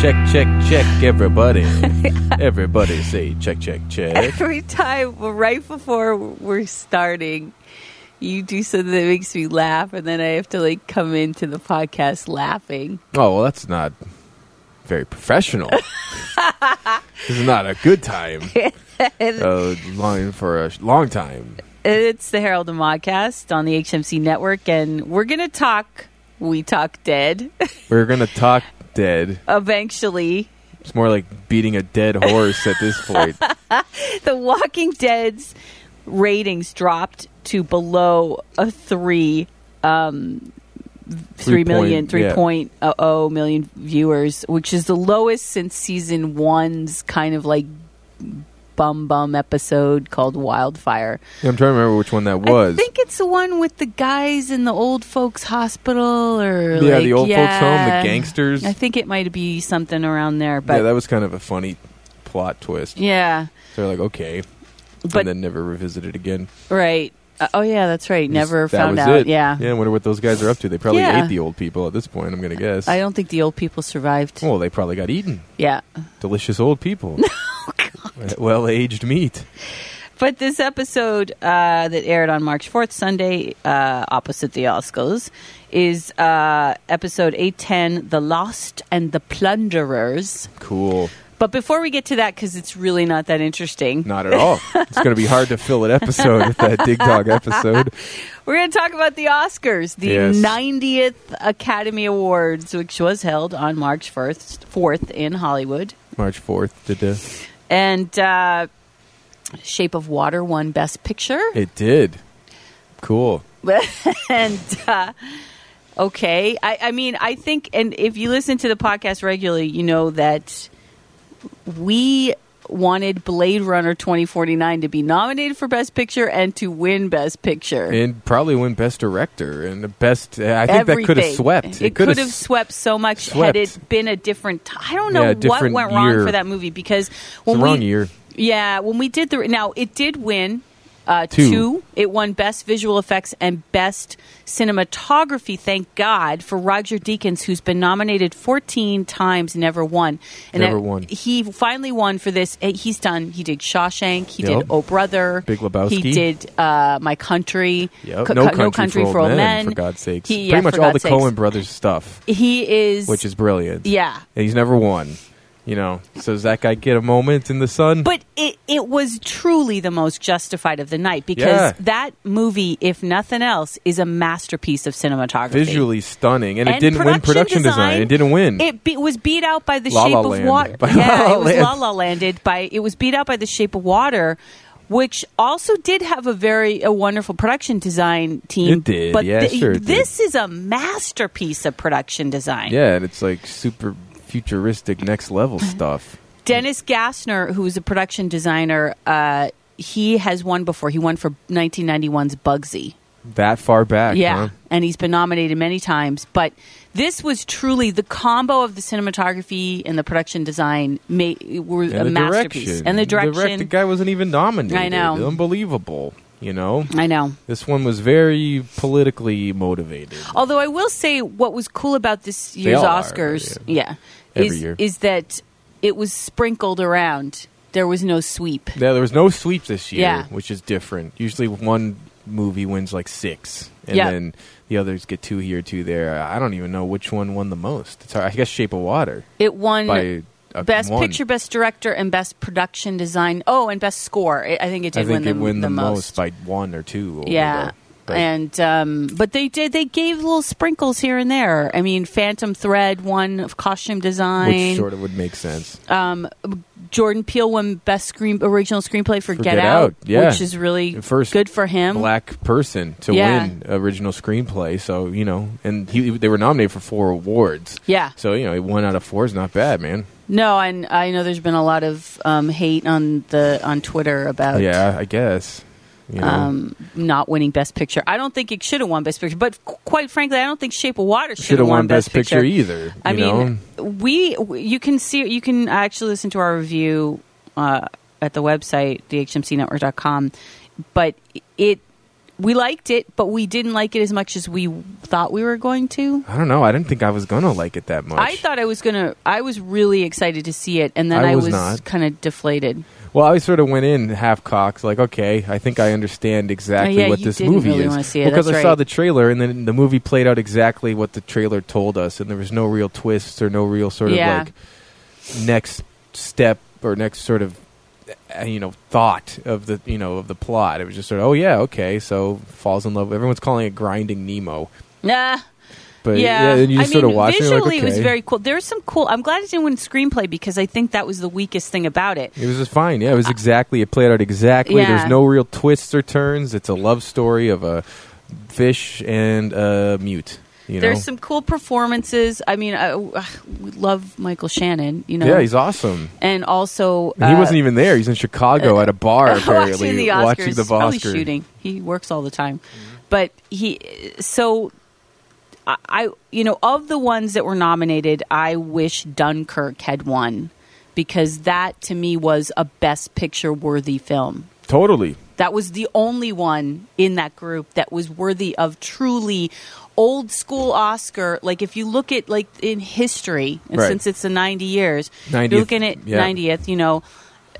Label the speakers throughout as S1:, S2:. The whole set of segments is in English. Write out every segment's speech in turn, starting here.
S1: Check, check, check, everybody. everybody say check, check, check.
S2: Every time, right before we're starting, you do something that makes me laugh, and then I have to like come into the podcast laughing.
S1: Oh, well, that's not very professional. this is not a good time.
S2: And
S1: Uh, long, for a sh- long time.
S2: It's the Herald and Modcast on the HMC network, and we're going to talk. We talk dead
S1: We're going to talk dead.
S2: eventually.
S1: It's more like beating a dead horse at this point.
S2: The Walking Dead's ratings dropped to below a three, um,
S1: Three
S2: three million,
S1: point-
S2: three
S1: yeah.
S2: point oh million viewers, which is the lowest since season one's kind of like bum bum episode called Wildfire.
S1: I'm trying to remember which one that
S2: I
S1: was.
S2: think it's the one with the guys in the old folks hospital, or
S1: yeah,
S2: like-
S1: the old folks home,
S2: yeah.
S1: the gangsters.
S2: I think it might be something around there, but
S1: yeah, that was kind of a funny plot twist.
S2: yeah,
S1: They're like, okay.
S2: But-
S1: and then never revisited again.
S2: right. Uh, oh yeah, that's right. Never
S1: That
S2: found
S1: was
S2: out.
S1: it. Yeah, I wonder what those guys are up to. They probably
S2: Yeah.
S1: ate the old people at this point, I'm going to guess.
S2: I don't think the old people survived.
S1: well, they probably got eaten.
S2: Yeah.
S1: Delicious old people. Well aged meat.
S2: But this episode uh, that aired on March 4th, Sunday, uh, opposite the Oscars, is uh, episode 810 The Lost and the Plunderers.
S1: Cool.
S2: But before we get to that, because it's really not that interesting,
S1: Not at all. it's going to be hard to fill an episode with that Dig Dog episode.
S2: we're going to talk about the Oscars, the
S1: Yes.
S2: 90th Academy Awards, which was held on March 1st, 4th in Hollywood.
S1: March 4th. Did the-
S2: And uh, Shape of Water won Best Picture.
S1: It did. Cool.
S2: and uh, okay I, I mean i think and if you listen to the podcast regularly you know that we wanted blade runner 2049 to be nominated for best picture and to win best picture
S1: And probably win Best Director and the best. I think that could have
S2: Everything.
S1: swept.
S2: It could have swept so much had
S1: swept.
S2: it been a different. T- I don't
S1: Yeah,
S2: know
S1: a
S2: what
S1: different
S2: went wrong
S1: year.
S2: for that movie because
S1: It's
S2: when
S1: the
S2: we
S1: wrong year.
S2: yeah, when we did the now, it did win uh,
S1: Two.
S2: two. It won best visual effects and best cinematography. Thank God for Roger Deakins, who's been nominated fourteen times, never won. And
S1: Never
S2: I-
S1: won.
S2: He finally won for this. Uh, He's done. He did Shawshank. He
S1: Yep.
S2: did Oh Brother.
S1: Big Lebowski.
S2: He did uh, My Country.
S1: Yep.
S2: Co-
S1: no,
S2: Co-
S1: country for, Old Men, for God's sakes.
S2: He-
S1: Pretty
S2: yeah,
S1: much
S2: for
S1: all the
S2: God's sakes.
S1: Cohen brothers stuff,
S2: He is.
S1: which is brilliant.
S2: yeah.
S1: and he's never won. You know, so does that guy get a moment in the sun?
S2: But it, it was truly the most justified of the night because
S1: Yeah.
S2: that movie, if nothing else, is a masterpiece of cinematography.
S1: Visually stunning, and, it
S2: And
S1: didn't win production design. It didn't win.
S2: It be, was beat out by The
S1: La
S2: Shape
S1: La
S2: of
S1: Land.
S2: Water.
S1: By
S2: yeah,
S1: La La
S2: it was
S1: Land.
S2: La La Landed by. It was beat out by The Shape of Water, which also did have a very a wonderful production design team.
S1: It did,
S2: but
S1: yeah, sure it did.
S2: this is a masterpiece of production design.
S1: yeah, and it's like super futuristic, next level stuff.
S2: Dennis Gassner, who is a production designer, uh, he has won before. He won for 1991's Bugsy.
S1: That far back,
S2: Yeah.
S1: huh?
S2: And he's been nominated many times. But this was truly the combo of the cinematography and the production design ma- were
S1: And
S2: a
S1: the
S2: masterpiece.
S1: direction.
S2: And the
S1: The direct- the
S2: direction.
S1: guy wasn't even nominated.
S2: I know.
S1: unbelievable. You know,
S2: I know.
S1: this one was very politically motivated.
S2: Although I will say, what was cool about this year's
S1: all are,
S2: Oscars, yeah,
S1: Every
S2: is,
S1: year.
S2: is that it was sprinkled around. There was no sweep.
S1: Yeah, there was no sweep this year,
S2: Yeah.
S1: which is different. Usually, one movie wins like six, and
S2: Yeah.
S1: then the others get two here, two there. I don't even know which one won the most. It's hard. I guess Shape of Water
S2: It won
S1: by a,
S2: Mm. Best
S1: Uh, one.
S2: Picture, Best Director, and Best Production Design. Oh, and Best Score. I I think it did
S1: I think
S2: win, the,
S1: it won
S2: the
S1: most. by one or two. over
S2: yeah,
S1: the- but
S2: and um, but they did. They gave little sprinkles here and there. I mean, Phantom Thread won of costume design.
S1: which sort of would make sense.
S2: um, Jordan Peele won Best Screen Original Screenplay
S1: For
S2: for,
S1: Get Out, yeah.
S2: which is really
S1: First
S2: good for him.
S1: Black person to
S2: Yeah.
S1: win original screenplay, so you know, and he, they were nominated for four awards.
S2: Yeah.
S1: So you know, one out of four is not bad, man.
S2: No, and I know there's been a lot of um, hate on the on Twitter about
S1: Yeah, I guess. You know,
S2: um, not winning Best Picture. I don't think it should have won Best Picture, but qu- quite frankly, I don't think Shape of Water
S1: should have won Best Picture, either.
S2: I
S1: you know?
S2: mean, we you can see you can actually listen to our review uh, at the website thehmcnetwork.com, but it we liked it, but we didn't like it as much as we thought we were going to.
S1: I don't know. I didn't think I was gonna like it that much.
S2: I thought I was gonna. I was really excited to see it, and then
S1: I
S2: I
S1: was
S2: was,
S1: not.
S2: kind of deflated.
S1: Well, I sort of went in half cocked, like, okay, I think I understand exactly
S2: Oh, yeah,
S1: what
S2: you
S1: this
S2: didn't
S1: movie
S2: really
S1: is
S2: wanna see it,
S1: because
S2: that's
S1: I saw
S2: right.
S1: the trailer and then the movie played out exactly what the trailer told us, and there was no real twists or no real sort
S2: Yeah.
S1: of like next step or next sort of uh, you know thought of the you know of the plot. It was just sort of oh yeah okay, so falls in love. Everyone's calling it grinding Nemo,
S2: Nah.
S1: but
S2: Yeah,
S1: and you
S2: I
S1: just sort
S2: mean,
S1: of watch it.
S2: visually,
S1: and you're like, okay.
S2: it was very cool. There was some cool. I'm glad it didn't win screenplay because I think that was the weakest thing about it.
S1: It was just fine. Yeah, it was exactly. It played out exactly.
S2: Yeah.
S1: There's no real twists or turns. It's a love story of a fish and a mute. You know.
S2: There's some cool performances. I mean, I, uh, we love Michael Shannon. You know,
S1: Yeah, he's awesome.
S2: and also uh,
S1: And he wasn't even there. He's in Chicago at a bar apparently
S2: watching the Oscars.
S1: watching the Mm-hmm.
S2: He's probably
S1: Oscar.
S2: shooting. He works all the time, but he so. I- I you know of the ones that were nominated, I wish Dunkirk had won because that to me was a best picture worthy film.
S1: Totally.
S2: That was the only one in that group that was worthy of truly old school Oscar. Like if you look at like in history, and
S1: Right.
S2: since it's the ninety years,
S1: 90th,
S2: you're looking at
S1: yeah.
S2: ninetieth. You know,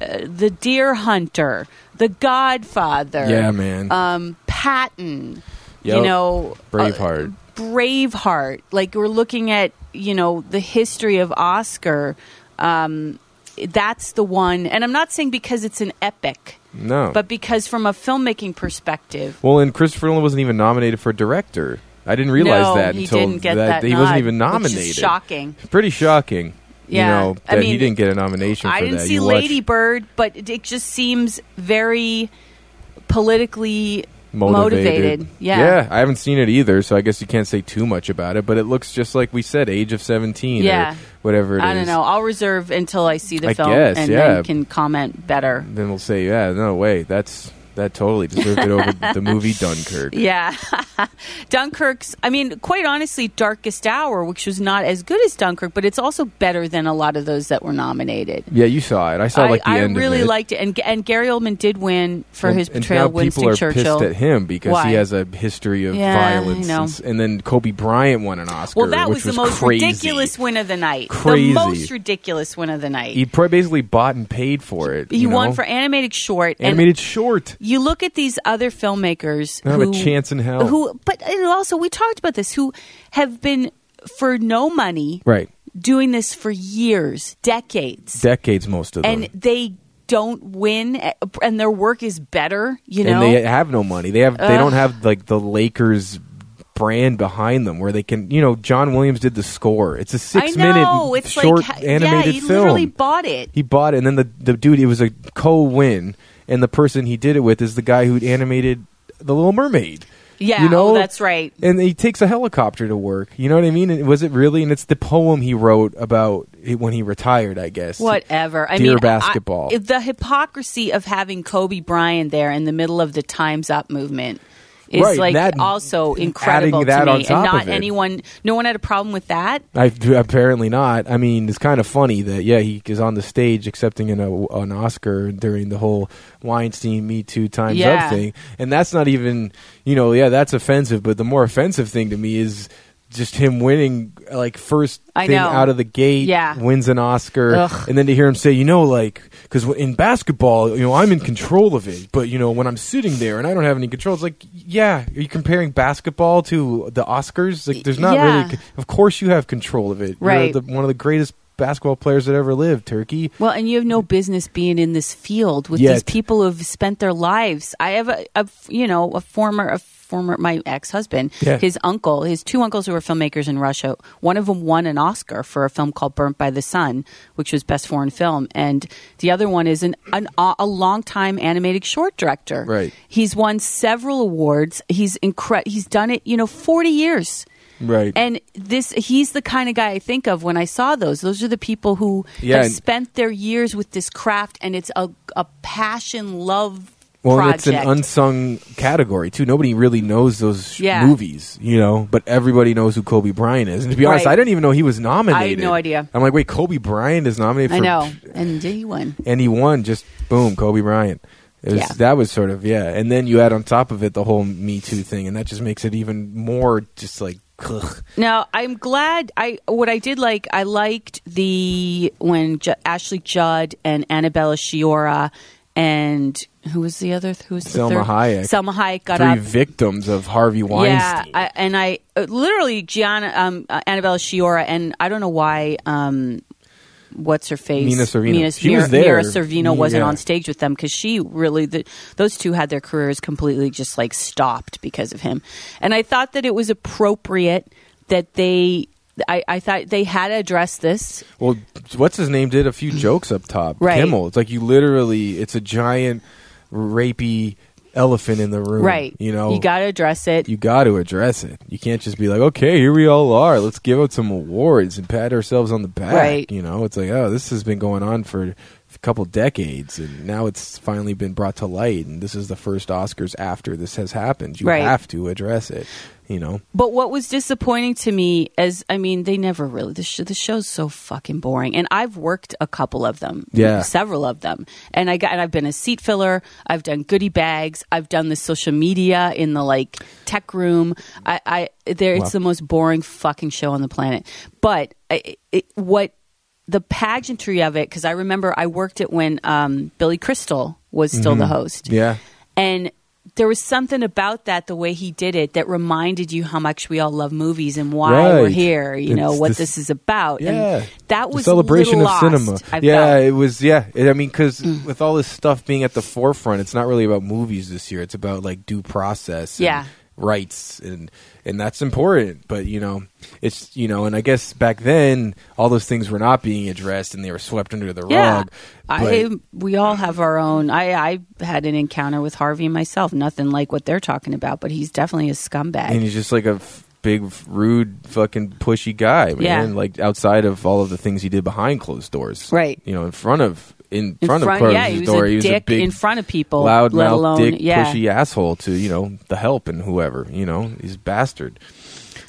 S2: uh, the Deer Hunter, The Godfather,
S1: Yeah, man.
S2: um, Patton. You
S1: Yep.
S2: know, uh,
S1: Braveheart.
S2: Braveheart. Like we're looking at, you know, the history of Oscar. Um, that's the one, and I'm not saying because it's an epic
S1: no.
S2: but because from a filmmaking perspective,
S1: well, and Christopher Nolan wasn't even nominated for director. I didn't realize
S2: no,
S1: that
S2: he
S1: until
S2: didn't get
S1: that,
S2: that.
S1: he
S2: nod,
S1: wasn't even
S2: which is
S1: nominated.
S2: shocking.
S1: Pretty shocking.
S2: Yeah.
S1: You know,
S2: I
S1: that he
S2: mean,
S1: didn't get a nomination for
S2: I didn't
S1: that.
S2: see
S1: You watch-
S2: Lady Bird, but it, it just seems very politically motivated. Yeah.
S1: I haven't seen it either, so I guess you can't say too much about it. But it looks just like we said, Age of Seventeen,
S2: Yeah.
S1: or whatever it is.
S2: I don't know. I'll reserve until I see the
S1: I
S2: film
S1: guess,
S2: and
S1: yeah.
S2: then can comment better.
S1: Then we'll say, yeah, no way, that's that totally deserved it over the movie Dunkirk.
S2: Yeah. Dunkirk's, I mean, quite honestly, Darkest Hour, which was not as good as Dunkirk, but it's also better than a lot of those that were nominated.
S1: Yeah, you saw it. I saw like the
S2: I,
S1: end.
S2: I really
S1: of it.
S2: liked it, and and Gary Oldman did win for
S1: and,
S2: his
S1: and
S2: portrayal
S1: now
S2: of Winston
S1: people are
S2: Churchill.
S1: pissed at him because
S2: Why?
S1: he has a history of
S2: Yeah, I
S1: violence.
S2: know.
S1: And, s- and then Kobe Bryant won an Oscar.
S2: well, that
S1: which
S2: was the most
S1: crazy.
S2: ridiculous win of the night.
S1: Crazy.
S2: The most ridiculous win of the night.
S1: He probably basically bought and paid for it.
S2: He
S1: you
S2: won
S1: know?
S2: for animated short,
S1: animated short.
S2: and you look at these other filmmakers
S1: Not a
S2: who
S1: chance in hell.
S2: Who, but and also we talked about this. Who have been for no money
S1: Right,
S2: doing this for years, decades,
S1: decades most of them.
S2: and they don't win, eh, and their work is better. You know,
S1: and they have no money. They have they don't have like the Lakers brand behind them where they can you know John Williams did the score. It's a six
S2: I know.
S1: minute
S2: it's
S1: short
S2: like, yeah,
S1: animated
S2: he
S1: film.
S2: literally bought it.
S1: he bought it, and then the the dude it was a co win, and the person he did it with is the guy who animated the Little Mermaid.
S2: Yeah,
S1: you know
S2: oh, that's right.
S1: And he takes a helicopter to work. You know what I mean? And was it really? And it's the poem he wrote about it when he retired. I guess
S2: Whatever. I
S1: Dear
S2: mean, I-
S1: basketball.
S2: I- the hypocrisy of having Kobe Bryant there in the middle of the Times Up movement is
S1: Right,
S2: like
S1: that-
S2: also incredible
S1: that
S2: to
S1: on
S2: me,
S1: top
S2: and
S1: of
S2: not
S1: it.
S2: anyone. No one had a problem with that.
S1: I, apparently not. I mean, it's kind of funny that yeah, he is on the stage accepting an, uh, an Oscar during the whole Weinstein Me Too Times
S2: Yeah.
S1: Up thing, and that's not even you know yeah that's offensive. But the more offensive thing to me is just him winning like first
S2: I
S1: thing
S2: know.
S1: out of the gate,
S2: Yeah.
S1: wins an Oscar,
S2: Ugh.
S1: and then to hear him say you know like because in basketball you know I'm in control of it, but you know when I'm sitting there and I don't have any control, it's like yeah, are you comparing basketball to the Oscars? Like there's not
S2: Yeah.
S1: really. Of course, you have control of it.
S2: Right.
S1: You're the, one of the greatest basketball players that ever lived, Turkey.
S2: Well, and you have no business being in this field with these
S1: Yet.
S2: people who've spent their lives. I have a, a f- you know, a former, a former, my ex husband,
S1: Yeah.
S2: his uncle, his two uncles who were filmmakers in Russia. One of them won an Oscar for a film called Burnt by the Sun, which was best foreign film, and the other one is an, an a longtime animated short director.
S1: Right.
S2: He's won several awards. He's incre- He's done it, you know, forty years.
S1: Right.
S2: And this, he's the kind of guy I think of when I saw those. Those are the people who
S1: Yeah,
S2: have
S1: and-
S2: spent their years with this craft, and it's a, a passion, love
S1: well, and
S2: project.
S1: it's an unsung category too. Nobody really knows those
S2: Yeah.
S1: movies, you know. But everybody knows who Kobe Bryant is. And to be honest,
S2: Right.
S1: I didn't even know he was nominated.
S2: no idea.
S1: I'm like, wait, Kobe Bryant is nominated. For,
S2: I know. And he won.
S1: and he won. Just boom, Kobe Bryant. It was,
S2: Yeah.
S1: That was sort of yeah, and then you add on top of it the whole Me Too thing, and that just makes it even more just like ugh.
S2: Now I'm glad I what I did like I liked the when J- Ashley Judd and Annabella Shiora and who was the other who was the
S1: Selma
S2: third?
S1: Hayek.
S2: Selma Hayek got
S1: three
S2: up
S1: victims of Harvey
S2: yeah
S1: Weinstein.
S2: I, and I uh, literally Gianna um, uh, Annabella Shiora and I don't know why um what's her face
S1: Mina Sorvino.
S2: Mina,
S1: She
S2: Mira,
S1: was there.
S2: Mira Sorvino wasn't
S1: Yeah.
S2: on stage with them because she really the, those two had their careers completely just like stopped because of him and I thought that it was appropriate that they I, I thought they had to address this
S1: Well, what's his name did a few jokes up top.
S2: Right.
S1: Kimmel. It's like you literally, it's a giant rapey elephant in the room.
S2: right
S1: You know,
S2: you got to address it
S1: you got to address it. You can't just be like, okay, here we all are. Let's give out some awards and pat ourselves on the back.
S2: Right.
S1: You know, it's like, oh, this has been going on for a couple decades, and now it's finally been brought to light. And this is the first Oscars after this has happened. You
S2: Right.
S1: have to address it. You know,
S2: But what was disappointing to me is, I mean, they never really. The, sh- the show's so fucking boring, and I've worked a couple of them,
S1: Yeah.
S2: several of them, and I got. And I've been a seat filler. I've done goodie bags. I've done the social media in the like tech room. I, I there. It's
S1: Wow.
S2: the most boring fucking show on the planet. But I, it, what the pageantry of it? Because I remember I worked it when um, Billy Crystal was still
S1: Mm-hmm.
S2: the host.
S1: yeah.
S2: And there was something about that, the way he did it, that reminded you how much we all love movies and why we're
S1: Right.
S2: here. You know
S1: It's
S2: what
S1: this-
S2: this, is about.
S1: Yeah.
S2: And that
S1: The
S2: was a
S1: celebration
S2: little
S1: of
S2: lost,
S1: cinema.
S2: I
S1: yeah,
S2: felt. Mm.
S1: it was. Yeah, it, I mean, because with all this stuff being at the forefront, it's not really about movies this year. It's about like due process. and
S2: Yeah.
S1: rights and and that's important but you know it's you know and i guess back then all those things were not being addressed and they were swept under the
S2: yeah.
S1: rug
S2: I,
S1: but-
S2: we all have our own. I, I had an encounter with Harvey myself. Nothing like what they're talking about, but he's definitely a scumbag.
S1: and he's just like a f- big rude fucking pushy guy man
S2: Yeah.
S1: like outside of all of the things he did behind closed doors
S2: Right.
S1: you know in front of in,
S2: in
S1: front,
S2: front,
S1: of closed
S2: yeah, he was
S1: door
S2: a
S1: he was
S2: dick
S1: a big
S2: in front of people.
S1: loud
S2: let
S1: mouth,
S2: alone
S1: dick,
S2: yeah.
S1: pushy asshole to you know the help and whoever you know he's a bastard.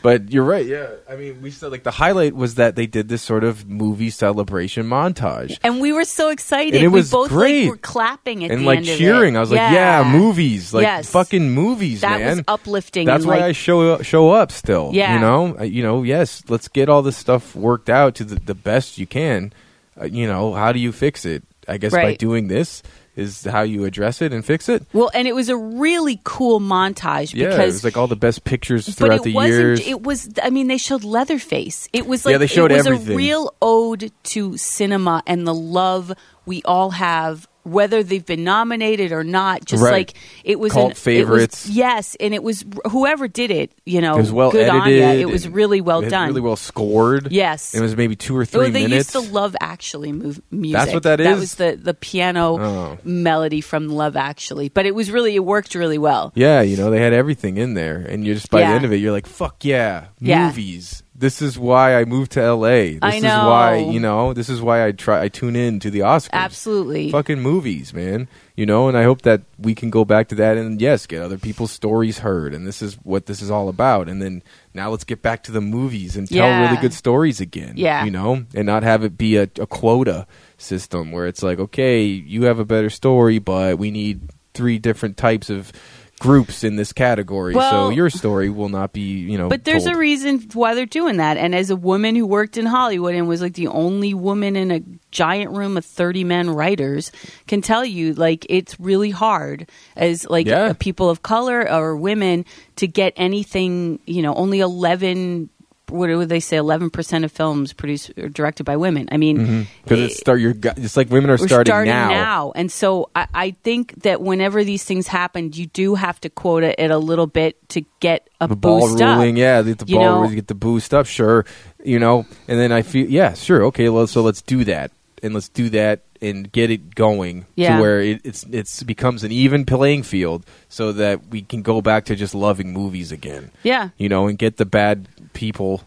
S1: But you're right, yeah. I mean, we said like the highlight was that they did this sort of movie celebration montage
S2: And we were so excited.
S1: And it was
S2: we both
S1: great.
S2: like were clapping at
S1: and
S2: the
S1: like
S2: end of it.
S1: cheering. I was like, yeah, movies, like
S2: Yes.
S1: fucking movies,
S2: That
S1: man.
S2: was uplifting.
S1: That's
S2: and,
S1: why
S2: like,
S1: I show show up still.
S2: Yeah.
S1: you know, I, you know. Yes, let's get all this stuff worked out to the, the best you can. Uh, you know, how do you fix it? I guess by
S2: Right.
S1: doing this is how you address it and fix it.
S2: Well, and it was a really cool montage
S1: Yeah, it
S2: because
S1: was like all the best pictures
S2: but
S1: throughout
S2: it
S1: the
S2: wasn't
S1: years.
S2: it was I mean they showed Leatherface. It was like
S1: Yeah, they showed
S2: it was
S1: everything.
S2: a real ode to cinema and the love we all have whether they've been nominated or not just
S1: Right.
S2: like it was
S1: Cult
S2: an, it was-
S1: favorites.
S2: yes, and it was whoever did it, you know,
S1: It was well
S2: good
S1: edited.
S2: on ya. It was
S1: and
S2: really well
S1: it was
S2: done.
S1: Really well scored.
S2: Yes.
S1: It was maybe two or
S2: Oh,
S1: three
S2: they
S1: minutes.
S2: used the Love Actually move, music.
S1: what that
S2: That
S1: is?
S2: was the, the piano
S1: Oh.
S2: melody from Love Actually. But it was really, it worked really well.
S1: yeah, you know, they had everything in there. And you're just by the
S2: Yeah.
S1: end of it, you're like, fuck yeah,
S2: Yeah.
S1: movies. This is why I moved to LA. This
S2: I
S1: is why,
S2: know.
S1: you know, this is why I try I tune in to the Oscars.
S2: Absolutely.
S1: Fucking movies, man. You know, and I hope that we can go back to that and yes, get other people's stories heard and this is what this is all about. And then now let's get back to the movies and tell
S2: Yeah.
S1: really good stories again.
S2: Yeah.
S1: You know, and not have it be a, a quota system where it's like, okay, you have a better story, but we need three different types of groups in this category. so
S2: Well-
S1: your story will not be, you know,
S2: But there's
S1: told.
S2: a reason why they're doing that. And as a woman who worked in Hollywood and was like the only woman in a giant room of 30 men writers, can tell you like it's really hard as like
S1: Yeah.
S2: people of color or women to get anything, you know, only 11 what do they say 11% of films produced or directed by women. I mean,
S1: because Mm-hmm. it's start your it's like women are
S2: we're
S1: starting, now.
S2: And so I, I think that whenever these things happen, you do have to quota it a little bit to get a
S1: the ball
S2: boost up.
S1: ruling, yeah, the, the
S2: You
S1: ball
S2: know?
S1: ruling, get the boost up, sure, you know, and then I feel, yeah, sure, okay, well, so let's do that, and let's do that, and get it going
S2: Yeah.
S1: to where it, it's it's becomes an even playing field, so that we can go back to just loving movies again,
S2: Yeah.
S1: you know, and get the bad people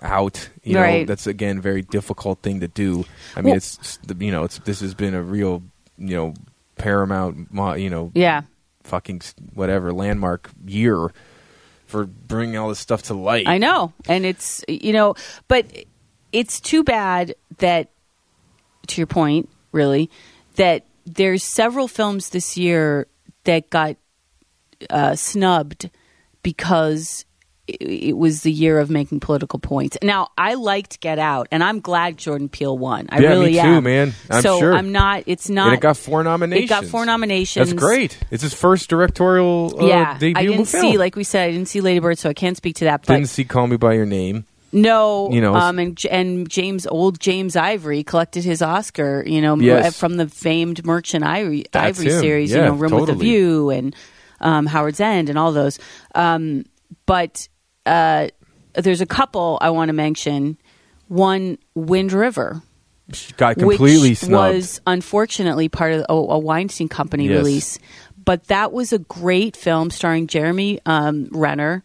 S1: out, you know,
S2: Right.
S1: that's again a very difficult thing to do. I mean,
S2: Well-
S1: it's it's the- you know, it's this has been a real you know paramount, mo- you know,
S2: Yeah.
S1: fucking s- whatever landmark year for bringing all this stuff to light.
S2: I know. And it's, you know, but it's too bad that, to your point, really, that there's several films this year that got uh, snubbed because it, it was the year of making political points. Now, I liked Get Out, and I'm glad Jordan Peele won.
S1: Yeah,
S2: I
S1: me
S2: really
S1: too,
S2: am,
S1: man. I'm
S2: so
S1: sure.
S2: I'm not. It's not.
S1: and it got four nominations.
S2: it got four nominations.
S1: That's great. It's his first directorial uh,
S2: yeah,
S1: debut
S2: I didn't
S1: film.
S2: see. Like we said, I didn't see Lady Bird, so I can't speak to that. But
S1: didn't see Call Me by Your Name.
S2: No,
S1: You know,
S2: um, and and James old James Ivory collected his Oscar, you know, uh,
S1: Yes.
S2: from the famed Merchant Ivory,
S1: That's
S2: Ivory
S1: him.
S2: series, you
S1: Yeah,
S2: know, Room with a
S1: totally.
S2: View and um, Howard's End and all those. Um, but uh, there's a couple I want to mention. One, Wind River,
S1: She got completely
S2: which
S1: snubbed.
S2: was unfortunately part of a, a Weinstein Company
S1: Yes.
S2: release, but that was a great film starring Jeremy um, Renner.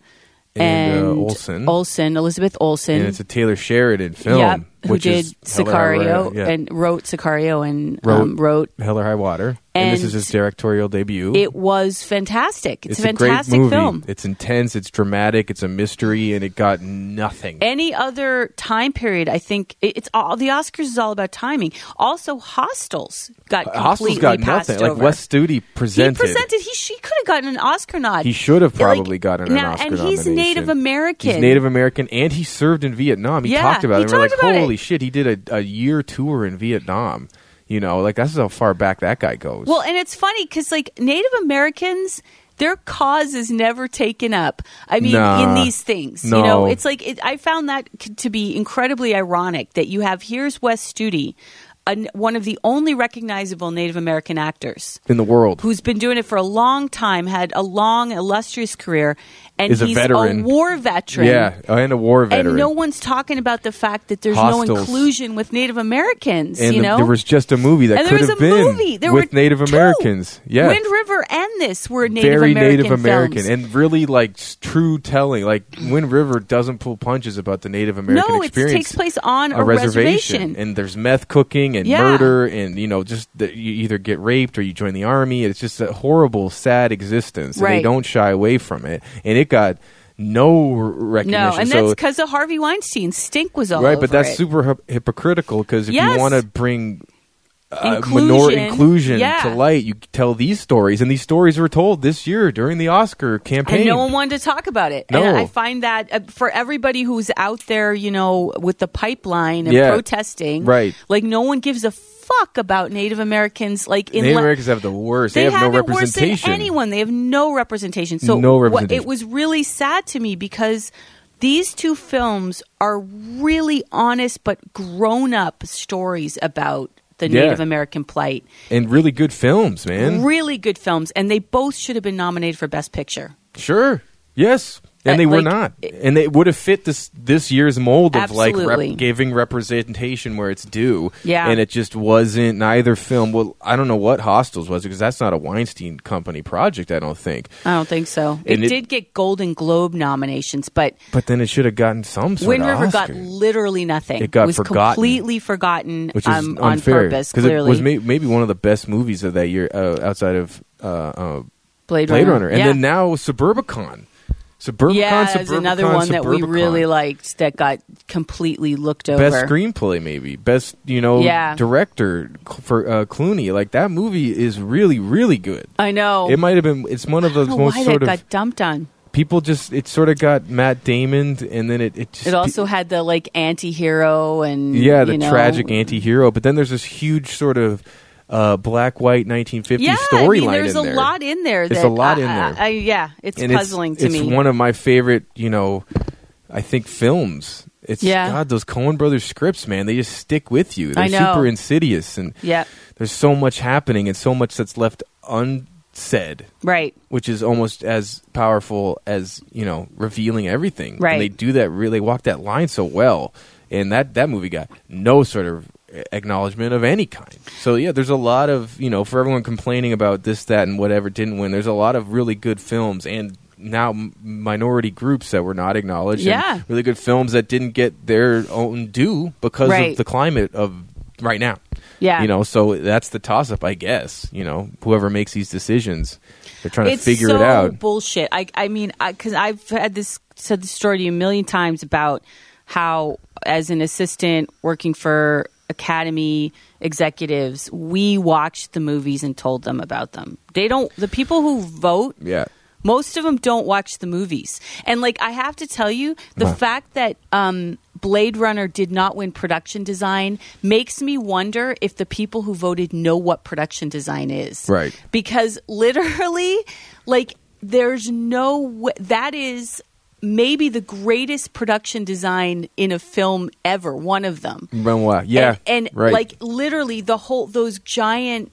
S1: And, uh,
S2: And,
S1: Olsen.
S2: Olsen, Elizabeth Olsen,
S1: and it's a Taylor Sheridan film.
S2: Yep, who
S1: which
S2: did
S1: is
S2: Sicario
S1: Hell or High- yeah.
S2: and wrote Sicario and
S1: Wrote-
S2: um, wrote.
S1: Hell or High Water. And, this is
S2: And
S1: his directorial debut.
S2: It was fantastic. It's,
S1: it's
S2: a
S1: a great
S2: fantastic
S1: movie.
S2: film.
S1: It's intense. It's dramatic. It's a mystery, and it got nothing.
S2: Any other time period, I think it- it's all the Oscars is all about timing. Also, Hostels got completely
S1: Hostel's got
S2: passed
S1: nothing.
S2: over.
S1: Like Wes Studi
S2: he
S1: presented.
S2: presented. He she could have gotten an Oscar nod.
S1: He should have
S2: Like,
S1: probably gotten an
S2: now-
S1: Oscar
S2: And he's
S1: nomination.
S2: Native American.
S1: He's Native American, and he served in Vietnam. He
S2: Yeah,
S1: talked about
S2: he
S1: it. And we're like,
S2: talked about it.
S1: holy shit, he did a, a year tour in Vietnam. You know, like that's how far back that guy goes.
S2: Well, and it's funny because like Native Americans, their cause is never taken up. I mean,
S1: Nah.
S2: in these things,
S1: No.
S2: you know, it's like it, I found that c- to be incredibly ironic that you have here's Wes Studi, an, one of the only recognizable Native American actors
S1: in the world,
S2: who's been doing it for a long time, had a long illustrious career, and
S1: Is a
S2: he's
S1: veteran.
S2: a war veteran.
S1: yeah, and a war veteran.
S2: And no one's talking about the fact that there's no
S1: Hostels.
S2: inclusion with Native Americans.
S1: And
S2: you
S1: the-
S2: know,
S1: there was just a movie that
S2: and
S1: could
S2: there was a
S1: have been
S2: movie. There
S1: with
S2: were
S1: Native
S2: two.
S1: Americans. Yeah,
S2: Wind River and this were Native
S1: very
S2: American
S1: Native American
S2: films.
S1: and really like s- true telling. Like Wind River doesn't pull punches about the Native American
S2: no, it
S1: experience.
S2: takes place on
S1: a reservation. and there's meth cooking and
S2: Yeah.
S1: murder and you know just that you either get raped or you join the army it's just a horrible sad existence and they
S2: Right.
S1: don't shy away from it and it got no r- recognition
S2: no, and
S1: so
S2: that's because of Harvey Weinstein. Stink was all
S1: right but
S2: over
S1: that's
S2: it.
S1: super hip- hypocritical because if
S2: Yes.
S1: you want to bring uh,
S2: Inclusion.
S1: minor inclusion
S2: Yeah.
S1: to light you tell these stories and these stories were told this year during the oscar campaign
S2: And no one wanted to talk about it.
S1: No.
S2: And I find that uh, for everybody who's out there, you know, with the pipeline and
S1: Yeah.
S2: protesting,
S1: Right.
S2: Like no one gives a fuck about Native Americans. Like in
S1: Native
S2: la-
S1: Americans have the worst. They, have no
S2: it worse than
S1: representation.
S2: anyone. They have no representation. So
S1: No
S2: what-
S1: representation.
S2: it was really sad to me because these two films are really honest but grown up stories about the
S1: Yeah.
S2: Native American plight.
S1: And really good films, man.
S2: Really good films, and they both should have been nominated for Best Picture.
S1: Sure. Yes. And
S2: Uh,
S1: they were
S2: like,
S1: not, and they would have fit this this year's mold of like
S2: Absolutely.
S1: rep- giving representation where it's due.
S2: Yeah.
S1: and it just wasn't. Neither film. Well, I don't know what Hostels was because that's not a Weinstein Company project. I don't think.
S2: I don't think so. It,
S1: And it-
S2: did get Golden Globe nominations, but
S1: But then it should have gotten some sort
S2: Wind
S1: of
S2: River got
S1: Oscar,
S2: literally nothing.
S1: It got
S2: was
S1: forgotten.
S2: completely forgotten
S1: which is
S2: um, on
S1: unfair
S2: purpose.
S1: because it
S2: Clearly,
S1: was may- maybe one of the best movies of that year uh, outside of uh, uh,
S2: Blade,
S1: Blade Runner, and
S2: Yeah.
S1: then now Suburbicon. Suburbicon,
S2: yeah,
S1: Suburbicon,
S2: there's another one that we
S1: Suburbicon.
S2: really liked that got completely looked over.
S1: best screenplay maybe best you know
S2: Yeah.
S1: director cl- for uh, Clooney like that movie is really really good
S2: I know.
S1: it might have been it's one of
S2: I
S1: those
S2: don't know
S1: most
S2: why
S1: sort
S2: that
S1: of
S2: got dumped on.
S1: people just it sort of got Matt Damon and then it it just
S2: It also had the like anti-hero and
S1: yeah the
S2: you know,
S1: tragic anti-hero but then there's this huge sort of uh, black white 1950s
S2: yeah, I mean,
S1: storyline
S2: There's
S1: in
S2: a
S1: there
S2: lot in there. That
S1: It's a lot in
S2: I- I-
S1: there.
S2: I- yeah, it's
S1: and
S2: puzzling
S1: it's,
S2: to
S1: it's
S2: me.
S1: one of my favorite you know I think films it's
S2: Yeah.
S1: God those Coen Brothers scripts man they just stick with you they're
S2: I know.
S1: super insidious and
S2: yeah,
S1: there's so much happening and so much that's left unsaid
S2: right.
S1: which is almost as powerful as you know revealing everything
S2: Right.
S1: and they do that really walk that line so well and that that movie got no sort of acknowledgement of any kind so yeah there's a lot of you know for everyone complaining about this that and whatever didn't win there's a lot of really good films and now m- minority groups that were not acknowledged and
S2: Yeah.
S1: really good films that didn't get their own due because
S2: Right.
S1: of the climate of right now
S2: Yeah.
S1: you know, so that's the toss up, I guess. You know, whoever makes these decisions, they're trying
S2: it's
S1: to figure
S2: so
S1: it out.
S2: Bullshit. I, I mean, because I've had this said this story to you a million times about how, as an assistant working for Academy executives, we watched the movies and told them about them. They don't, the people who vote,
S1: Yeah.
S2: most of them don't watch the movies. And like, I have to tell you, the
S1: Wow.
S2: fact that um, Blade Runner did not win production design makes me wonder if the people who voted know what production design is.
S1: Right.
S2: Because literally, like, there's no way that is maybe the greatest production design in a film ever, one of them.
S1: Renoir. Mm, Yeah.
S2: And, and
S1: right.
S2: like literally the whole those giant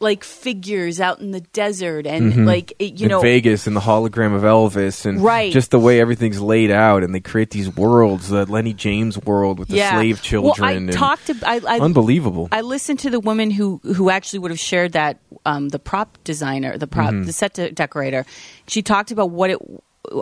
S2: like figures out in the desert and like it, you
S1: in
S2: know
S1: Vegas and Mm-hmm. the hologram of Elvis and
S2: Right.
S1: just the way everything's laid out and they create these worlds, the Lenny James world with the
S2: yeah.
S1: slave children.
S2: Well, I
S1: and
S2: talked to I, I
S1: unbelievable.
S2: I listened to the woman who who actually would have shared that um, the prop designer, the prop,
S1: Mm-hmm.
S2: the set de- decorator. She talked about what it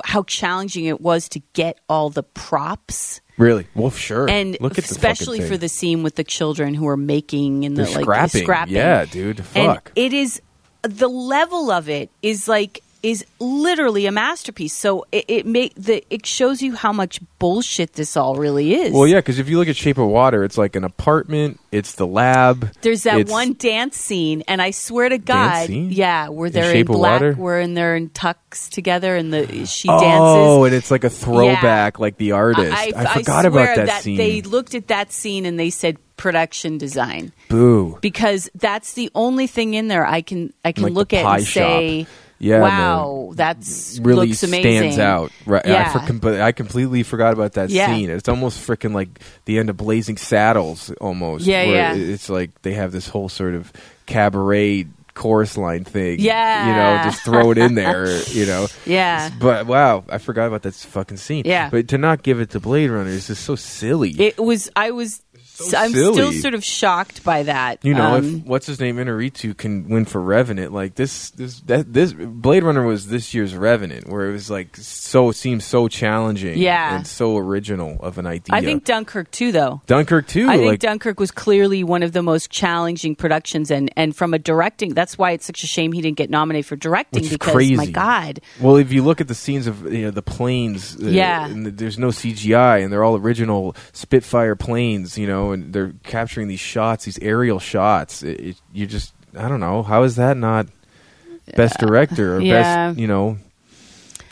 S2: how challenging it was to get all the props
S1: really? Well, sure.
S2: and
S1: Look at the fucking
S2: especially for
S1: thing.
S2: the scene with the children who are making and the
S1: They're
S2: like
S1: scrapping.
S2: the scrapping.
S1: Yeah, dude. Fuck.
S2: And it is the level of it is like is literally a masterpiece. So it, it make the it shows you how much bullshit this all really is.
S1: Well, yeah, because if you look at Shape of Water, it's like an apartment, it's the lab.
S2: There's that
S1: it's-
S2: one dance scene, and I swear to God,
S1: scene?
S2: yeah, where they're in,
S1: Shape of
S2: black,
S1: Water?
S2: where in they're in tucks together, and the she
S1: Oh,
S2: dances.
S1: and it's like a throwback, like the artist. I, forgot
S2: swear
S1: about that, scene.
S2: They looked at that scene and they said production design.
S1: Boo.
S2: because that's the only thing in there I can I can
S1: Like the
S2: look at
S1: pie
S2: and say,
S1: shop. Yeah,
S2: wow, that's
S1: really
S2: looks amazing.
S1: stands out. Right,
S2: Yeah.
S1: I, for, com- but I completely forgot about that
S2: Yeah.
S1: scene. It's almost freaking like the end of Blazing Saddles, almost.
S2: Yeah,
S1: where
S2: yeah.
S1: it- It's like they have this whole sort of cabaret chorus line thing.
S2: Yeah.
S1: you know, just throw it in there. You know,
S2: Yeah,
S1: but wow, I forgot about that fucking scene.
S2: Yeah.
S1: but to not give it to Blade Runner is just so silly.
S2: it was. I was.
S1: so
S2: I'm still
S1: silly.
S2: sort of shocked by that.
S1: You know,
S2: Um,
S1: if what's his name Inarritu can win for Revenant, like this, this, that, this Blade Runner was this year's Revenant, where it was like so seems so challenging,
S2: Yeah.
S1: and so original of an idea.
S2: I think Dunkirk too, though.
S1: Dunkirk too,
S2: I think
S1: like
S2: Dunkirk was clearly one of the most challenging productions, and, and from a directing, that's why it's such a shame he didn't get nominated for directing.
S1: Which is
S2: because my
S1: crazy.
S2: God,
S1: well, if you look at the scenes of you know the planes, uh,
S2: Yeah.
S1: and th- there's no CGI, and they're all original Spitfire planes, you know, and they're capturing these shots, these aerial shots. It, it, you just, I don't know, how is that not best director or
S2: Yeah.
S1: best, you know,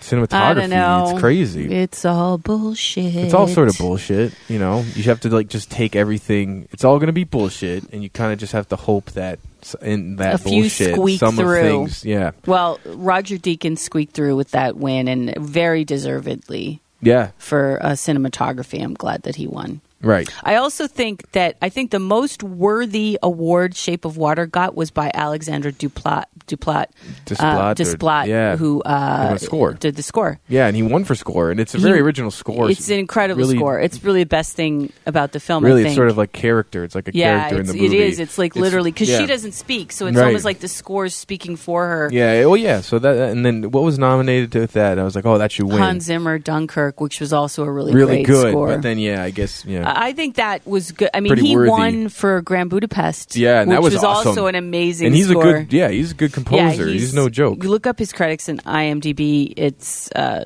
S1: cinematography?
S2: I don't know.
S1: It's crazy.
S2: It's all bullshit.
S1: It's all sort of bullshit, you know. You have to like just take everything. It's all going to be bullshit, and you kind of just have to hope that s- in that
S2: A few
S1: bullshit,
S2: squeak
S1: some
S2: through.
S1: of things, yeah,
S2: Well, Roger Deakins squeaked through with that win, and very deservedly
S1: yeah,
S2: for uh, cinematography. I'm glad that he won.
S1: right.
S2: I also think that I think the most worthy award Shape of Water got was by Alexander Duplat, Duplat, uh,
S1: Desplat or-
S2: Desplat,
S1: yeah.
S2: who uh,
S1: Who did score.
S2: did the score.
S1: Yeah, and he won for score, and it's a
S2: He-
S1: very original score.
S2: It's an incredible
S1: Really-
S2: score. It's really the best thing about the film.
S1: Really,
S2: I
S1: it's
S2: think.
S1: sort of like character. It's like a
S2: yeah,
S1: character in
S2: it's-
S1: the movie.
S2: it is. It's like literally because she
S1: yeah.
S2: doesn't speak, so it's
S1: Right.
S2: almost like the score's speaking for her.
S1: Yeah. Well, yeah. So that, and then what was nominated to that? I was like, oh, that should win.
S2: Hans Zimmer, Dunkirk, which was also a really
S1: really
S2: great
S1: good.
S2: score. Uh,
S1: But then, yeah, I guess, yeah.
S2: I I think that was good. I mean,
S1: Pretty
S2: he
S1: worthy.
S2: won for Grand Budapest.
S1: yeah, and
S2: which
S1: that was, awesome.
S2: also an amazing.
S1: And he's
S2: score.
S1: a good, yeah, he's a good composer.
S2: Yeah,
S1: he's, no joke.
S2: You look up his credits in IMDb; it's uh,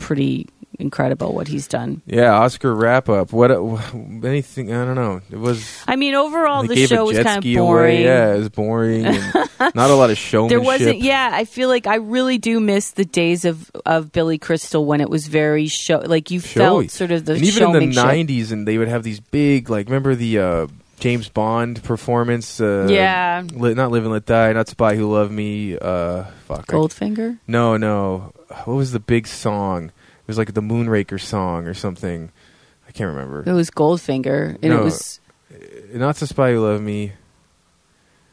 S2: pretty incredible what he's done.
S1: Yeah, Oscar wrap up. What? uh, Anything? I don't know. It was.
S2: I mean, overall,
S1: they
S2: the
S1: gave
S2: show
S1: a
S2: was
S1: jet
S2: kind of
S1: ski
S2: boring.
S1: away. Yeah, it was boring. And not a lot of showmanship.
S2: There wasn't, yeah. I feel like I really do miss the days of, of Billy Crystal when it was very show. Like you
S1: Showy.
S2: felt sort of the
S1: and even in the
S2: showmanship.
S1: '90s, and they would have these big, like, remember the uh, James Bond performance? Uh,
S2: Yeah.
S1: Li- not Live and Let Die, not Spy Who Loved Me. Uh, fuck, I-
S2: Goldfinger.
S1: no, no. What was the big song? It was like the Moonraker song or something. I can't remember.
S2: It was Goldfinger, and it
S1: No.
S2: was
S1: Not to spy who loved me.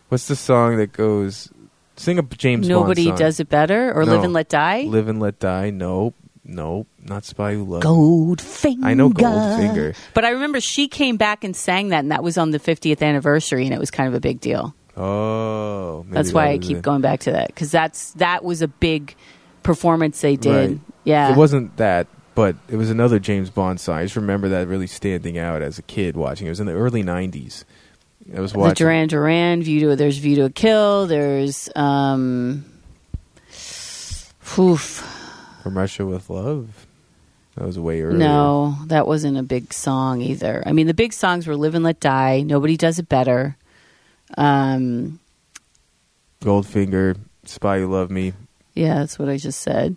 S1: What's the song that goes? Sing a James
S2: Nobody
S1: Bond song.
S2: Does It Better or
S1: No.
S2: Live and Let Die.
S1: Live and let die. Nope, nope. Not spy who loved. Me.
S2: Goldfinger.
S1: I know Goldfinger.
S2: But I remember she came back and sang that, and that was on the 50th anniversary, and it was kind of a big deal.
S1: Oh, maybe
S2: That's
S1: that
S2: why I
S1: was
S2: keep
S1: it.
S2: going back to that because that's that was a big performance they did.
S1: Right.
S2: Yeah,
S1: It wasn't that, but it was another James Bond song. I just remember that really standing out as a kid watching. It was in the early '90s. I was
S2: the
S1: watching.
S2: Duran Duran View to there's View to a Kill. There's um, oof.
S1: From Russia with Love. That was way earlier.
S2: No, that wasn't a big song either. I mean, the big songs were "Live and Let Die," "Nobody Does It Better," um,
S1: Goldfinger, Spy You Love Me,
S2: yeah, that's what I just said.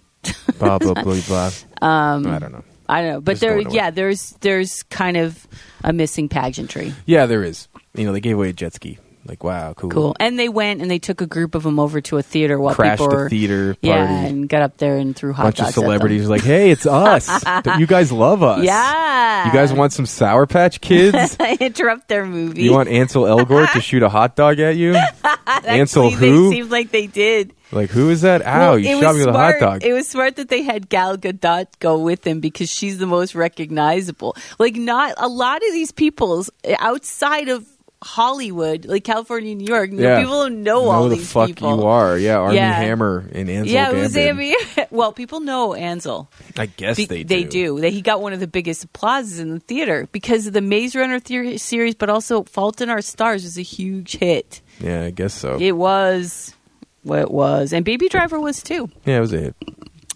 S1: blah blah blah blah. Um, I don't know.
S2: I don't know, but
S1: Just
S2: there,
S1: going away.
S2: yeah, there's there's kind of a missing pageantry.
S1: Yeah, there is. You know, they gave away a jet ski. Like, wow, cool.
S2: Cool, and they went and they took a group of them over to a theater while
S1: Crashed
S2: people
S1: the
S2: were
S1: theater party.
S2: yeah, and got up there and threw hot
S1: bunch of
S2: dogs at them.
S1: celebrities like, hey, it's us. But you guys love us.
S2: Yeah,
S1: You guys want some Sour Patch Kids?
S2: interrupt their movie.
S1: you want Ansel Elgort to shoot a hot dog at you? Ansel
S2: Actually,
S1: who?
S2: They seemed like they did.
S1: Like, who is that? Ow,
S2: Well,
S1: you
S2: it
S1: shot
S2: was
S1: me with a hot
S2: smart-
S1: dog.
S2: It was smart that they had Gal Gadot go with him because she's the most recognizable. Like, not a lot of these people's outside of Hollywood, like California, New York,
S1: Yeah.
S2: people don't know,
S1: know
S2: all
S1: the
S2: these
S1: fuck
S2: people.
S1: you are. Yeah, Army
S2: Yeah.
S1: Hammer and Ansel
S2: yeah, it was
S1: Gambin.
S2: Amy. well, people know Ansel.
S1: I guess
S2: Be-
S1: they do.
S2: They do. That he got one of the biggest applauses in the theater because of the Maze Runner theory- series, but also Fault in Our Stars was a huge hit.
S1: Yeah, I guess so.
S2: It was what it was, and Baby Driver was too.
S1: Yeah, it was a hit.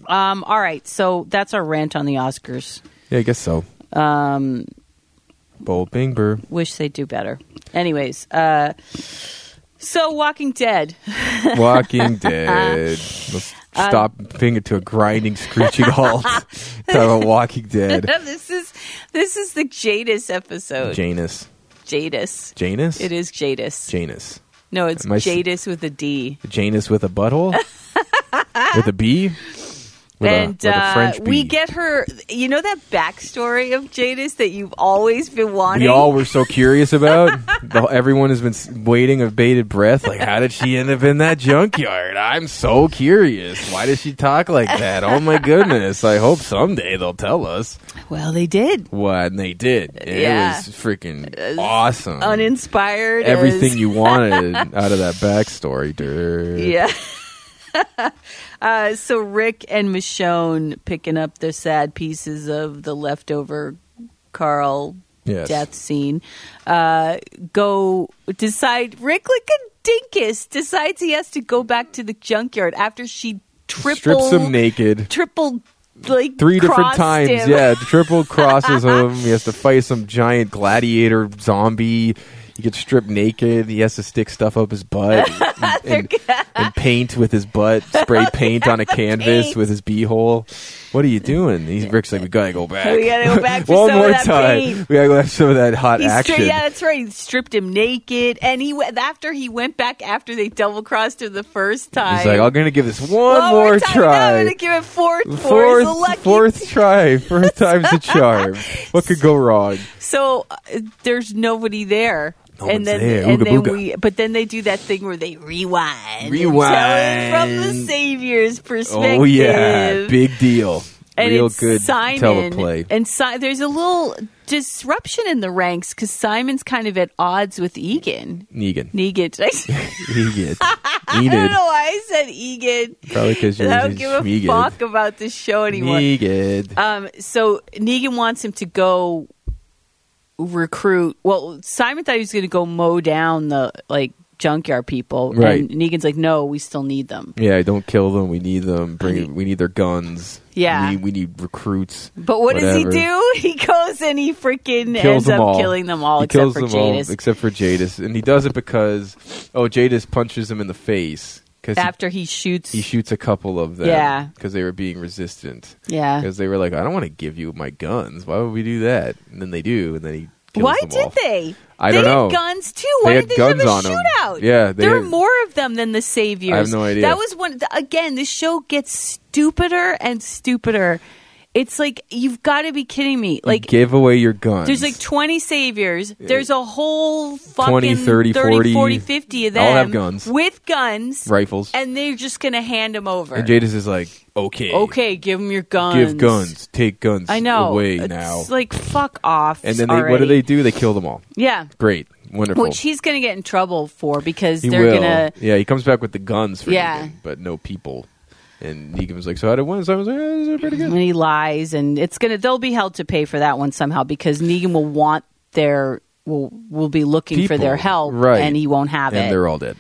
S2: Um, all right, so that's our rant on the Oscars.
S1: Yeah, I guess so.
S2: Um,
S1: Bold Bing Burr.
S2: wish they'd do better. Anyways, uh, so Walking Dead.
S1: Walking Dead. Let's
S2: Um,
S1: stop being it to a grinding, screeching halt. Talk about Walking Dead.
S2: this is this is the Jadis episode.
S1: Janus.
S2: Jadis.
S1: Janus?
S2: It is Jadis.
S1: Janus.
S2: no, it's
S1: Am I s-
S2: Jadis with a D.
S1: Janus with a butthole? with a B? With, a,
S2: and
S1: with a French
S2: uh,
S1: B.
S2: we get her. You know that backstory of Jadis that you've always been wanting.
S1: we all were so curious about. The- everyone has been s- waiting of bated breath. Like, how did she end up in that junkyard? I'm so curious. Why does she talk like that? Oh my goodness! I hope someday they'll tell us.
S2: well, they did.
S1: What and they did. And
S2: Yeah.
S1: It was freaking awesome.
S2: Uninspired. as-
S1: Everything you wanted out of that backstory, dude.
S2: Yeah. uh, so Rick and Michonne picking up the sad pieces of the leftover Carl
S1: Yes.
S2: death scene. Uh, go decide. Rick, like a dinkus, decides he has to go back to the junkyard after she triple
S1: Strips him naked.
S2: triple like
S1: three different
S2: crossed
S1: times.
S2: him.
S1: Yeah, triple crosses him. He has to fight some giant gladiator zombie. He gets stripped naked. He has to stick stuff up his butt and, and, and paint with his butt, spray paint on a canvas
S2: paint.
S1: with his beehole. What are you doing? He's Rick's like, we gotta go back.
S2: We gotta go back for
S1: One
S2: some of
S1: more
S2: that
S1: time.
S2: paint.
S1: We gotta go have some of that hot
S2: He
S1: action.
S2: Stri- yeah, that's right. He stripped him naked, and he went after he went back after they double crossed him the first time.
S1: He's like, I'm gonna give this one
S2: One
S1: more
S2: time.
S1: try.
S2: No, I'm gonna give it four. Four, is the
S1: fourth,
S2: lucky.
S1: fourth try. Fourth time's a charm. What could go wrong?
S2: So uh, there's nobody there.
S1: No
S2: and
S1: one's
S2: then,
S1: there.
S2: and
S1: Ooga
S2: then
S1: booga.
S2: we, but then they do that thing where they rewind,
S1: Rewind.
S2: and tell it from the savior's perspective.
S1: Oh yeah, big deal.
S2: and
S1: Real
S2: it's
S1: good
S2: Simon,
S1: teleplay.
S2: And si- there's a little disruption in the ranks because Simon's kind of at odds with Egan.
S1: Negan.
S2: Negan, did I say-
S1: Negan.
S2: I don't
S1: Enid.
S2: know why I said Egan.
S1: Probably because you're
S2: I don't give a
S1: Negan.
S2: fuck about this show anymore.
S1: Negan.
S2: Um, so Negan wants him to go recruit. Well, Simon thought he was going to go mow down the like junkyard people,
S1: Right.
S2: and Negan's like, "No, we still need them."
S1: yeah, don't kill them. We need them. Bring.
S2: need-
S1: we need their guns.
S2: Yeah.
S1: We, we need recruits.
S2: But what
S1: Whatever.
S2: does he do? He goes and he freaking
S1: Kills
S2: ends
S1: them
S2: up
S1: all.
S2: killing them all,
S1: he
S2: except
S1: kills
S2: for
S1: them
S2: Jadis.
S1: all except for Jadis, and he does it because oh, Jadis punches him in the face because
S2: after he shoots,
S1: he, he shoots a couple of them.
S2: Yeah. Uh.
S1: because they were being resistant.
S2: yeah.
S1: Because they were like, I don't want to give you my guns. Why would we do that? And then they do, and then he. Kills
S2: Why
S1: them
S2: did
S1: all.
S2: they?
S1: I
S2: they
S1: don't
S2: had
S1: know.
S2: guns too. Why
S1: They
S2: did
S1: had
S2: they
S1: guns
S2: have
S1: on
S2: a
S1: 'em.
S2: shootout?
S1: Yeah, they
S2: there
S1: had-
S2: were more of them than the saviors.
S1: I have no idea.
S2: That was one. th- Again, the show gets stupider and stupider. It's like you've got to be kidding me. Like
S1: give away your guns.
S2: there's like 20 saviors. There's a whole fucking
S1: 20, 30, 40,
S2: 40, 50 of them
S1: all have guns.
S2: with guns,
S1: rifles.
S2: and they're just gonna hand them over.
S1: And Jadis is like, okay,
S2: okay, give them your guns.
S1: give guns, take guns
S2: I know.
S1: away
S2: it's
S1: now.
S2: like fuck off.
S1: and then they, what do they
S2: already.
S1: do? They kill them all.
S2: Yeah.
S1: Great, wonderful.
S2: Which he's going to get in trouble for because
S1: he
S2: they're
S1: will.
S2: going to.
S1: Yeah, he comes back with the guns for
S2: Yeah.
S1: Negan, but no people. And Negan was like, so how did one? So I was like, yeah, this is eh, pretty good.
S2: And he lies, and it's going to. They'll be held to pay for that one somehow because Negan will want their. Will, will be looking for
S1: People,
S2: their help,
S1: right.
S2: and he won't have
S1: and
S2: it.
S1: they're all dead.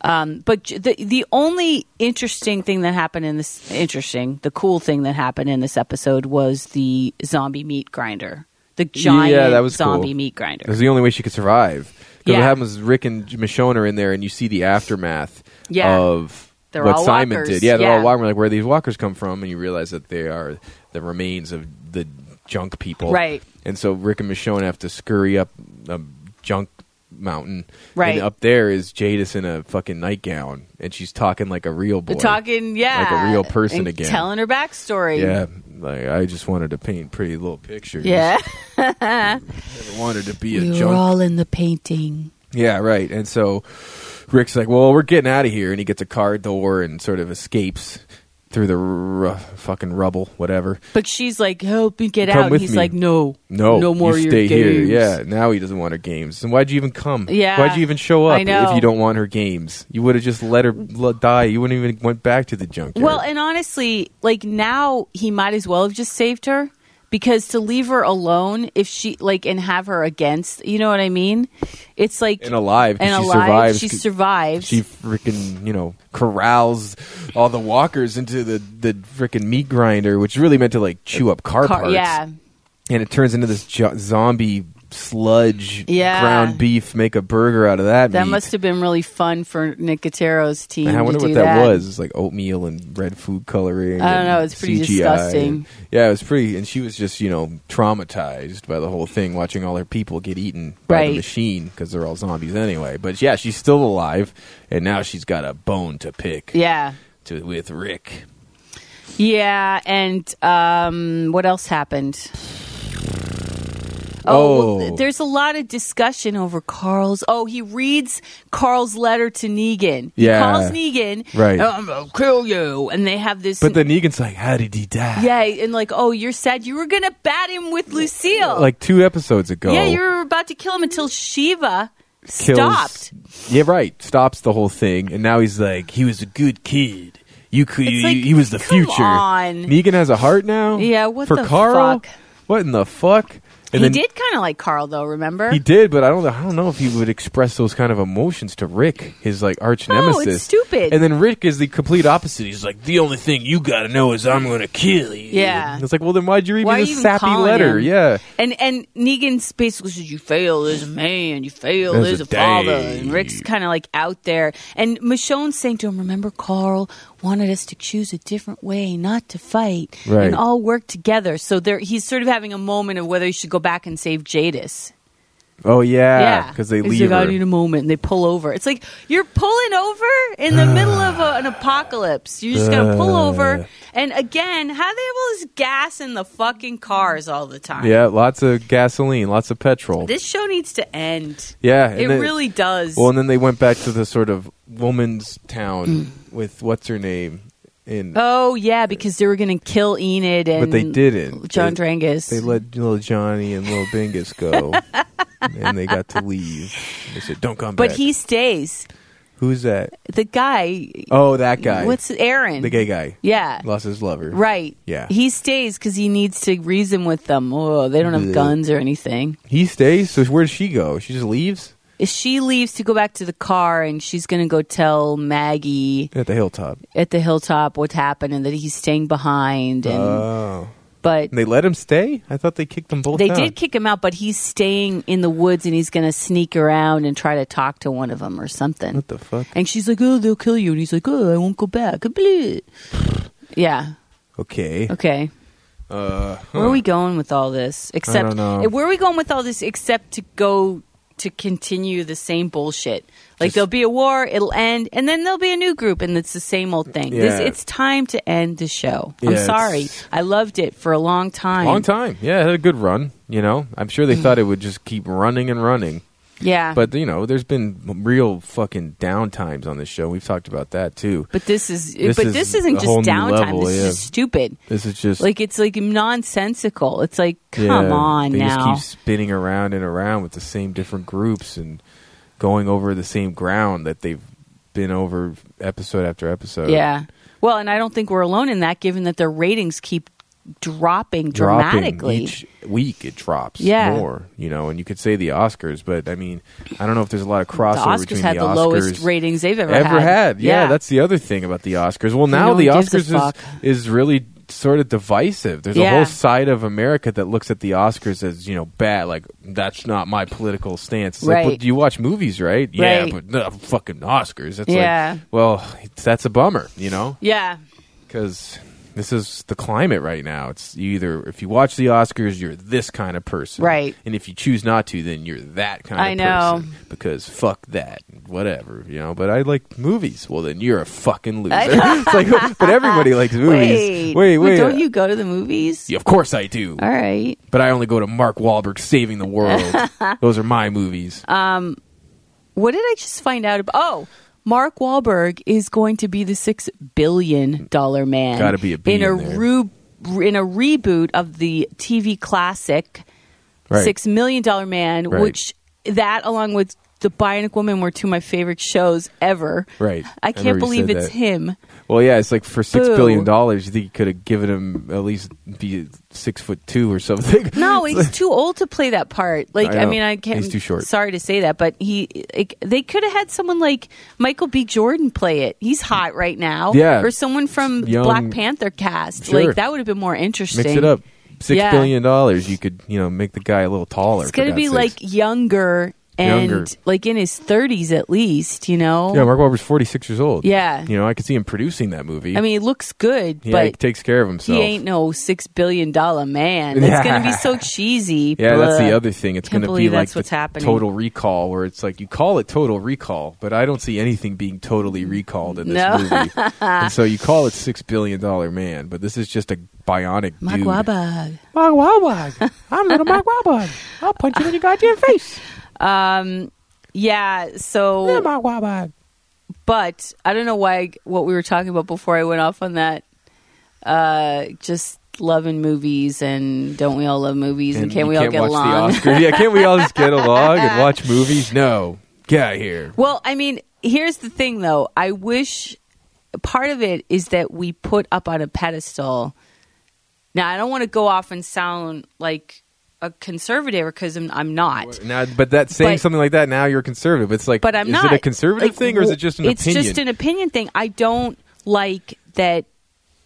S2: Um, but j- the the only interesting thing that happened in this interesting the cool thing that happened in this episode was the zombie meat grinder, the giant
S1: yeah, that was
S2: zombie
S1: cool.
S2: meat grinder.
S1: That's the only way she could survive. Because
S2: Yeah.
S1: what happens is Rick and Michonne are in there, and you see the aftermath
S2: Yeah.
S1: of
S2: They're
S1: what
S2: all
S1: Simon
S2: walkers.
S1: did. Yeah, they're
S2: Yeah.
S1: all walking. We're like, where do these walkers come from? And you realize that they are the remains of the junk people.
S2: Right.
S1: And so Rick and Michonne have to scurry up a junk mountain.
S2: Right.
S1: And up there is Jadis in a fucking nightgown, and she's talking like a real boy.
S2: They're talking, yeah,
S1: Like a real person
S2: and
S1: again.
S2: telling her backstory.
S1: Yeah. Like, I just wanted to paint pretty little pictures.
S2: yeah.
S1: Never wanted to be a
S2: we were
S1: junk
S2: all in the painting.
S1: Yeah, right. And so Rick's like, "Well, we're getting out of here," and he gets a car door and sort of escapes through the r- r- fucking rubble, whatever.
S2: But she's like, "Help me get
S1: Come
S2: out."
S1: with
S2: And he's
S1: me.
S2: like, "No,
S1: No,
S2: no more
S1: You
S2: of
S1: stay
S2: your games."
S1: here. Yeah. Now he doesn't want her games. And why'd you even come?
S2: Yeah.
S1: Why'd you even show up
S2: I know.
S1: if you don't want her games? You would have just let her l- die. You wouldn't even went back to the junkyard.
S2: Well, and honestly, like now he might as well have just saved her because to leave her alone, if she like and have her against, you know what I mean? It's like
S1: And alive, 'cause
S2: and
S1: she
S2: alive.
S1: survives.
S2: She survives.
S1: she freaking you know corrals all the walkers into the the freaking meat grinder, which really meant to like chew up car,
S2: Car-
S1: parts.
S2: yeah,
S1: and it turns into this jo- zombie sludge
S2: Yeah.
S1: ground beef. Make a burger out of that.
S2: that
S1: meat.
S2: must have been really fun for Nicotero's team.
S1: And I
S2: to
S1: wonder
S2: do
S1: what that, was. It's like oatmeal and red food coloring.
S2: I don't know.
S1: and
S2: It's pretty
S1: CGI.
S2: disgusting.
S1: Yeah, it was pretty. And she was just you know traumatized by the whole thing, watching all her people get eaten by
S2: Right.
S1: the machine because they're all zombies anyway. But yeah, she's still alive, and now she's got a bone to pick.
S2: Yeah,
S1: To, with Rick,
S2: yeah, and um, what else happened?
S1: Oh.
S2: well, there's a lot of discussion over Carl's. Oh, he reads Carl's letter to Negan. He
S1: Yeah.
S2: calls Negan,
S1: Right.
S2: I'm gonna kill you, and they have this.
S1: but then Negan's like, "How did he die?"
S2: yeah, and like, oh, you're sad. You were gonna bat him with Lucille.
S1: like two episodes ago.
S2: yeah, you were about to kill him until Shiva
S1: kills-
S2: stopped.
S1: Yeah, right. Stops the whole thing, and now he's like, he was a good kid. You could,
S2: It's
S1: you,
S2: like,
S1: he was the
S2: come
S1: future.
S2: on.
S1: Negan has a heart now.
S2: Yeah, what
S1: for
S2: the
S1: Carl?
S2: fuck?
S1: What in the fuck?
S2: he did kind of like Carl, though. Remember?
S1: He did, but I don't. I don't know if he would express those kind of emotions to Rick, his like arch
S2: No, it's
S1: nemesis.
S2: stupid.
S1: And then Rick is the complete opposite. He's like, the only thing you got to know is I'm going to kill you.
S2: Yeah.
S1: It's like, well, then why'd you read
S2: Why are
S1: me
S2: you
S1: this
S2: even
S1: sappy
S2: calling
S1: letter?
S2: him?
S1: Yeah.
S2: And and Negan basically says, "You fail as a man. You fail
S1: As
S2: as,
S1: a
S2: a, father."
S1: dad.
S2: And Rick's kind of like out there. And Michonne's saying to him, "Remember, Carl wanted us to choose a different way, not to fight,
S1: Right.
S2: and all work together." So there, he's sort of having a moment of whether he should go back and save Jadis.
S1: Oh yeah.
S2: yeah,
S1: Because they
S2: He's
S1: leave
S2: like, "Oh,
S1: her.
S2: I need a moment, and they pull over. It's like you're pulling over in the middle of a, an apocalypse. You're just gonna pull
S1: Uh.
S2: over. And again, how they have all this gas in the fucking cars all the time?
S1: yeah, lots of gasoline, lots of petrol.
S2: This show needs to end.
S1: yeah, and
S2: It
S1: then-
S2: really does.
S1: Well, and then they went back to the sort of woman's town with what's her name, and
S2: Mm. oh yeah, because they were going to kill Enid and
S1: but they didn't.
S2: John
S1: they,
S2: Drangus.
S1: they let little Johnny and little Bingus go, and they got to leave. They said, "Don't come
S2: but
S1: back."
S2: he stays.
S1: who's that?
S2: The guy.
S1: Oh, that guy.
S2: What's Aaron?
S1: the gay guy?
S2: Yeah.
S1: lost his lover.
S2: Right.
S1: Yeah.
S2: He stays because he needs to reason with them. Oh, they don't have
S1: Bleh.
S2: guns or anything.
S1: He stays. So where does she go? She just leaves
S2: She leaves to go back to the car, and she's going to go tell Maggie
S1: at the hilltop.
S2: at the hilltop what's happened and that he's staying behind. And
S1: Oh,
S2: but
S1: and they let him stay. I thought they kicked them both.
S2: They
S1: out.
S2: did kick him out, but he's staying in the woods and he's going to sneak around and try to talk to one of them or something.
S1: What the fuck?
S2: And she's like, "Oh, they'll kill you," and he's like, "Oh, I won't go back." Bleh. yeah.
S1: Okay.
S2: Okay.
S1: Uh,
S2: Where are we going with all this? Except
S1: don't know.
S2: where are we going with all this? Except to go to continue the same bullshit. Like
S1: Just-
S2: there'll be a war, it'll end, and then there'll be a new group, and it's the same old thing. This,
S1: Yeah.
S2: it's time to end the show. I'm
S1: Yeah,
S2: sorry,
S1: it's-
S2: I loved it for a long time.
S1: Long time. Yeah, it had a good run. You know, I'm sure they thought it would just keep running and running.
S2: Yeah,
S1: But, you know, there's been real fucking downtimes on this show. We've talked about that, too.
S2: But this is
S1: This is
S2: but this
S1: a
S2: isn't just
S1: whole new
S2: downtime.
S1: level,
S2: this
S1: yeah.
S2: is just stupid.
S1: This is just.
S2: Like it's like nonsensical. It's like come
S1: yeah,
S2: on
S1: they
S2: now.
S1: just keep spinning around and around with the same different groups and going over the same ground that they've been over episode after episode.
S2: yeah. Well, and I don't think we're alone in that given that their ratings keep dropping
S1: dropping
S2: dramatically.
S1: each week it drops
S2: Yeah.
S1: more you know and you could say the oscars but i mean i don't know if there's a lot of crossover
S2: the Oscars
S1: between
S2: had
S1: the
S2: the
S1: oscars
S2: lowest ratings they've ever,
S1: ever
S2: had.
S1: had. Yeah, that's the other thing about the Oscars. Well, now
S2: one
S1: the
S2: gives a
S1: Oscars
S2: fuck.
S1: is, is really sort of divisive. There's a
S2: Yeah.
S1: whole side of America that looks at the Oscars as you know bad. Like that's not my political stance. It's Like,
S2: Right.
S1: but do you watch movies, right? Yeah,
S2: Right.
S1: but no, fucking Oscars. It's
S2: Yeah.
S1: like, well, it's, that's a bummer, you know,
S2: yeah.
S1: because. This is the climate right now. It's you either if you watch the Oscars, you're this kind of person,
S2: Right.
S1: And if you choose not to, then you're that kind
S2: I
S1: of
S2: know.
S1: person because fuck that, whatever, you know. But I like movies. Well, then you're a fucking loser.
S2: I
S1: it's like, but everybody likes movies.
S2: Wait,
S1: Wait, wait.
S2: Don't you go to the movies?
S1: Yeah, of course I do,
S2: All right.
S1: but I only go to Mark Wahlberg saving the world. Those are my movies.
S2: Uh, What did I just find out about? Oh, Mark Wahlberg is going to be the six billion dollar man.
S1: Gotta be a B
S2: in a
S1: in there.
S2: re- in a reboot of the TV classic
S1: Right.
S2: Six Million Dollar Man,
S1: Right.
S2: which that along with the Bionic Woman were two of my favorite shows ever.
S1: Right. I
S2: I can't
S1: remember you
S2: believe
S1: said
S2: it's
S1: that.
S2: him.
S1: well, yeah, it's like for six
S2: Boo.
S1: billion dollars, you think you could have given him at least be six foot two or something?
S2: No, he's too old to play that part. Like,
S1: I
S2: I,
S1: know.
S2: mean, I can't.
S1: He's too short.
S2: Sorry to say that, but he, like, they could have had someone like Michael B. Jordan play it. He's hot right now.
S1: Yeah.
S2: or someone from
S1: Young-
S2: Black Panther cast.
S1: Sure.
S2: Like that would have been more interesting.
S1: Mix it up. Six billion
S2: Yeah.
S1: dollars, you could you know make the guy a little taller.
S2: It's
S1: for
S2: gonna be
S1: God's
S2: like
S1: sakes.
S2: younger and
S1: Younger.
S2: like in his thirties at least. You know.
S1: yeah, Mark Wahlberg's forty six years old.
S2: Yeah.
S1: you know I could see him producing that movie.
S2: I mean, it looks good,
S1: yeah, he
S2: but.
S1: takes care of himself.
S2: He ain't no six billion dollar man. It's gonna be so cheesy.
S1: Yeah, that's
S2: Blah.
S1: the other thing. It's
S2: Can't
S1: going to be
S2: believe
S1: like
S2: that's what's
S1: the
S2: happening.
S1: Total Recall, where it's like you call it Total Recall, but I don't see anything being totally recalled in this
S2: No.
S1: movie. and so you call it Six Billion Dollar Man, but this is just a bionic
S2: Mark
S1: dude.
S2: Wahlberg.
S1: Mark Wahlberg. I'm little Mark Wahlberg. I'll punch you in your goddamn face.
S2: Yeah, so
S1: Yeah, Mark Wahlberg.
S2: but I don't know why what we were talking about before I went off on that. Uh, just loving movies and don't we all love movies and, can't
S1: you
S2: we all get
S1: watch
S2: along?
S1: The Oscars. Yeah, can't we all just get along and watch movies? No. Get out of here.
S2: Well, I mean, here's the thing though. I wish part of it is that we put up on a pedestal. Now, I don't want to go off and sound like a conservative because I'm, I'm not.
S1: Now, but that saying
S2: But-
S1: something like that now you're conservative. It's like
S2: but I'm
S1: is it
S2: not.
S1: a conservative
S2: Like,
S1: thing or is
S2: well,
S1: it just an
S2: it's
S1: opinion?
S2: just an opinion thing. I don't like that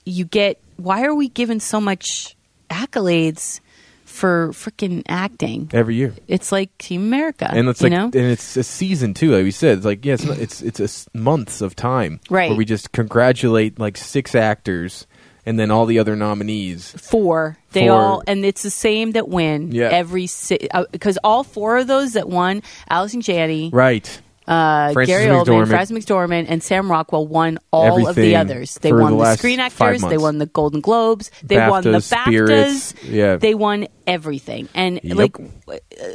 S2: you get. Why are we given so much accolades for freaking acting?
S1: Every year.
S2: It's like Team America,
S1: and it's
S2: you
S1: like
S2: know?
S1: and it's a season too like we said it's like yeah it's not, it's it's a s- months of time
S2: Right.
S1: where we just congratulate like six actors and then all the other nominees
S2: four. They
S1: Four.
S2: all and it's the same that win
S1: Yeah.
S2: every because all four of those that won, Allison Janney,
S1: right
S2: uh,
S1: Frances
S2: Gary Oldman,
S1: McDormand.
S2: Frances McDormand, and Sam Rockwell won all of
S1: Everything
S2: the others. They
S1: for
S2: won
S1: the
S2: the,
S1: last
S2: Screen
S1: five
S2: Actors, they
S1: months.
S2: won the Golden Globes, they won the
S1: BAFTAs, Spirits,
S2: BAFTAs,
S1: yeah.
S2: they won everything. And
S1: Yep.
S2: like, w- uh,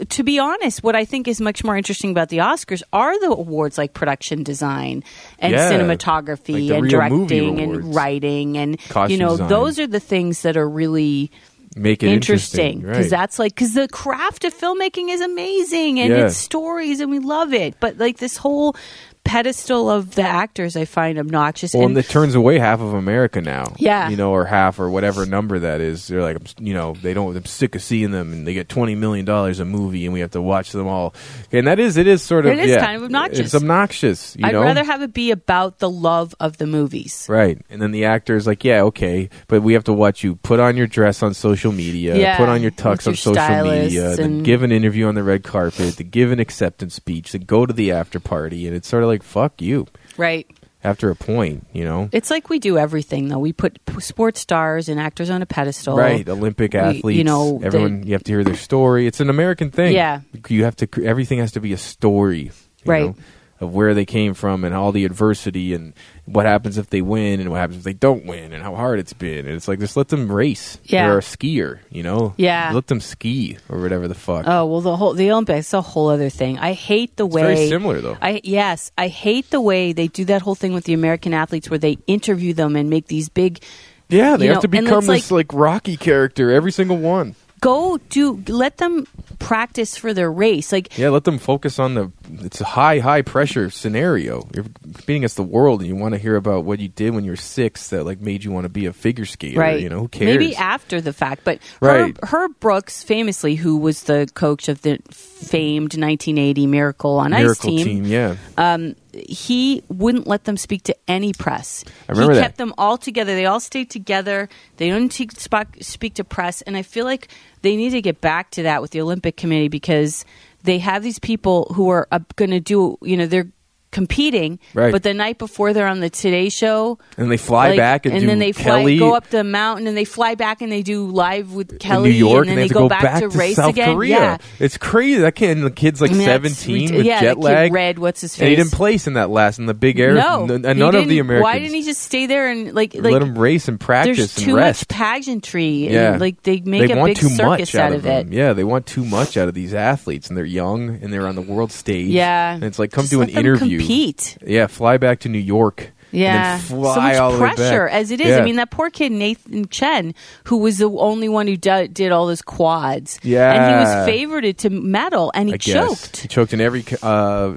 S2: to be honest, what I think is much more interesting about the Oscars are the awards like production design and
S1: Yeah. Like
S2: cinematography
S1: the
S2: and
S1: real movie
S2: directing
S1: awards.
S2: and writing and
S1: Costume
S2: you know
S1: design.
S2: those are the things that are really
S1: make it
S2: interesting
S1: interesting
S2: because
S1: right.
S2: that's like because the craft of filmmaking is amazing and
S1: Yeah.
S2: it's stories and we love it but like this whole pedestal of the actors i find obnoxious
S1: well,
S2: and
S1: and it turns away half of America now.
S2: Yeah.
S1: you know, or half, or whatever number that is. They're like, I'm s- you know, they don't. I'm sick of seeing them, and they get twenty million dollars a movie, and we have to watch them all. And that is, it is sort of,
S2: It is
S1: yeah,
S2: kind of obnoxious.
S1: It's obnoxious. You
S2: i'd
S1: know?
S2: rather have it be about the love of the movies
S1: Right. And then the actor is like, yeah, okay, but we have to watch you put on your dress on social media,
S2: Yeah,
S1: put on your tux
S2: with
S1: on
S2: your
S1: social media,
S2: stylists
S1: then
S2: and-
S1: give an interview on the red carpet, then give an acceptance speech, then go to the after party. And it's sort of like, fuck you
S2: right
S1: after a point, you know?
S2: it's like we do everything though we put p- sports stars and actors on a pedestal
S1: Right, Olympic
S2: we- you
S1: athletes.
S2: know, they-
S1: everyone. you have to hear their story. It's an American thing.
S2: Yeah.
S1: you have to. cr- Everything has to be a story, you
S2: Right.
S1: know, of where they came from and all the adversity and what happens if they win and what happens if they don't win and how hard it's been. And it's like just let them race.
S2: Yeah.
S1: they're a skier, you know.
S2: Yeah.
S1: let them ski or whatever the fuck.
S2: oh well the whole the olympics a whole other thing i hate the way
S1: it's very similar though.
S2: I yes, I hate the way they do that whole thing with the American athletes where they interview them and make these big
S1: yeah, they
S2: you
S1: have
S2: know,
S1: to
S2: and
S1: become
S2: it's
S1: this like Rocky character. Every single one.
S2: go do let them practice for their race. Like
S1: Yeah, let them focus on the it's a high high pressure scenario. You're competing against the world, and you want to hear about what you did when you were six that like made you want to be a figure skater.
S2: right.
S1: You know, who cares?
S2: Maybe after the fact, but
S1: Right.
S2: Herb, Herb Brooks, famously, who was the coach of the famed 1980 Miracle on
S1: Miracle
S2: Ice
S1: team. yeah.
S2: uh, he wouldn't let them speak to any press.
S1: I remember
S2: he
S1: that.
S2: kept them all together. They all stayed together. They don't te- spock- speak to press, and I feel like they need to get back to that with the Olympic Committee because they have these people who are uh, going to do. You know, they're competing,
S1: Right.
S2: but the night before they're on the Today Show.
S1: and they fly
S2: like,
S1: back and, do
S2: then they
S1: Kelly.
S2: fly, go up the mountain and they fly back and they do live with
S1: in
S2: Kelly
S1: New York,
S2: and then
S1: they have
S2: they
S1: to go
S2: back, to, race
S1: South
S2: again.
S1: Korea.
S2: Yeah,
S1: It's crazy. That kid, and the kid's like
S2: I mean, that's
S1: seventeen
S2: rid-
S1: with
S2: yeah,
S1: jet
S2: the
S1: lag.
S2: Kid red, what's his face?
S1: and he didn't place in that last in the big air.
S2: No,
S1: N- and
S2: he
S1: none of the
S2: didn't-
S1: Americans.
S2: Why didn't he just stay there and like like
S1: let him race and
S2: there's
S1: practice and
S2: too
S1: rest?
S2: much pageantry and
S1: Yeah.
S2: like they make
S1: they
S2: a
S1: want
S2: big
S1: too
S2: circus
S1: much
S2: out,
S1: out,
S2: of
S1: them.
S2: it.
S1: Yeah, they want too much out of these athletes, and they're young and they're on the world stage.
S2: Yeah.
S1: and it's like come
S2: Just
S1: do
S2: let
S1: an
S2: them
S1: interview.
S2: compete.
S1: Yeah, fly back to New York.
S2: Yeah,
S1: and then
S2: so
S1: fly all
S2: much
S1: the way back.
S2: pressure as it is. I
S1: Yeah.
S2: mean, that poor kid Nathan Chen, who was the only one who do- did all those quads.
S1: Yeah.
S2: and he was favored to medal, and he
S1: I guess.
S2: choked.
S1: He choked in every uh,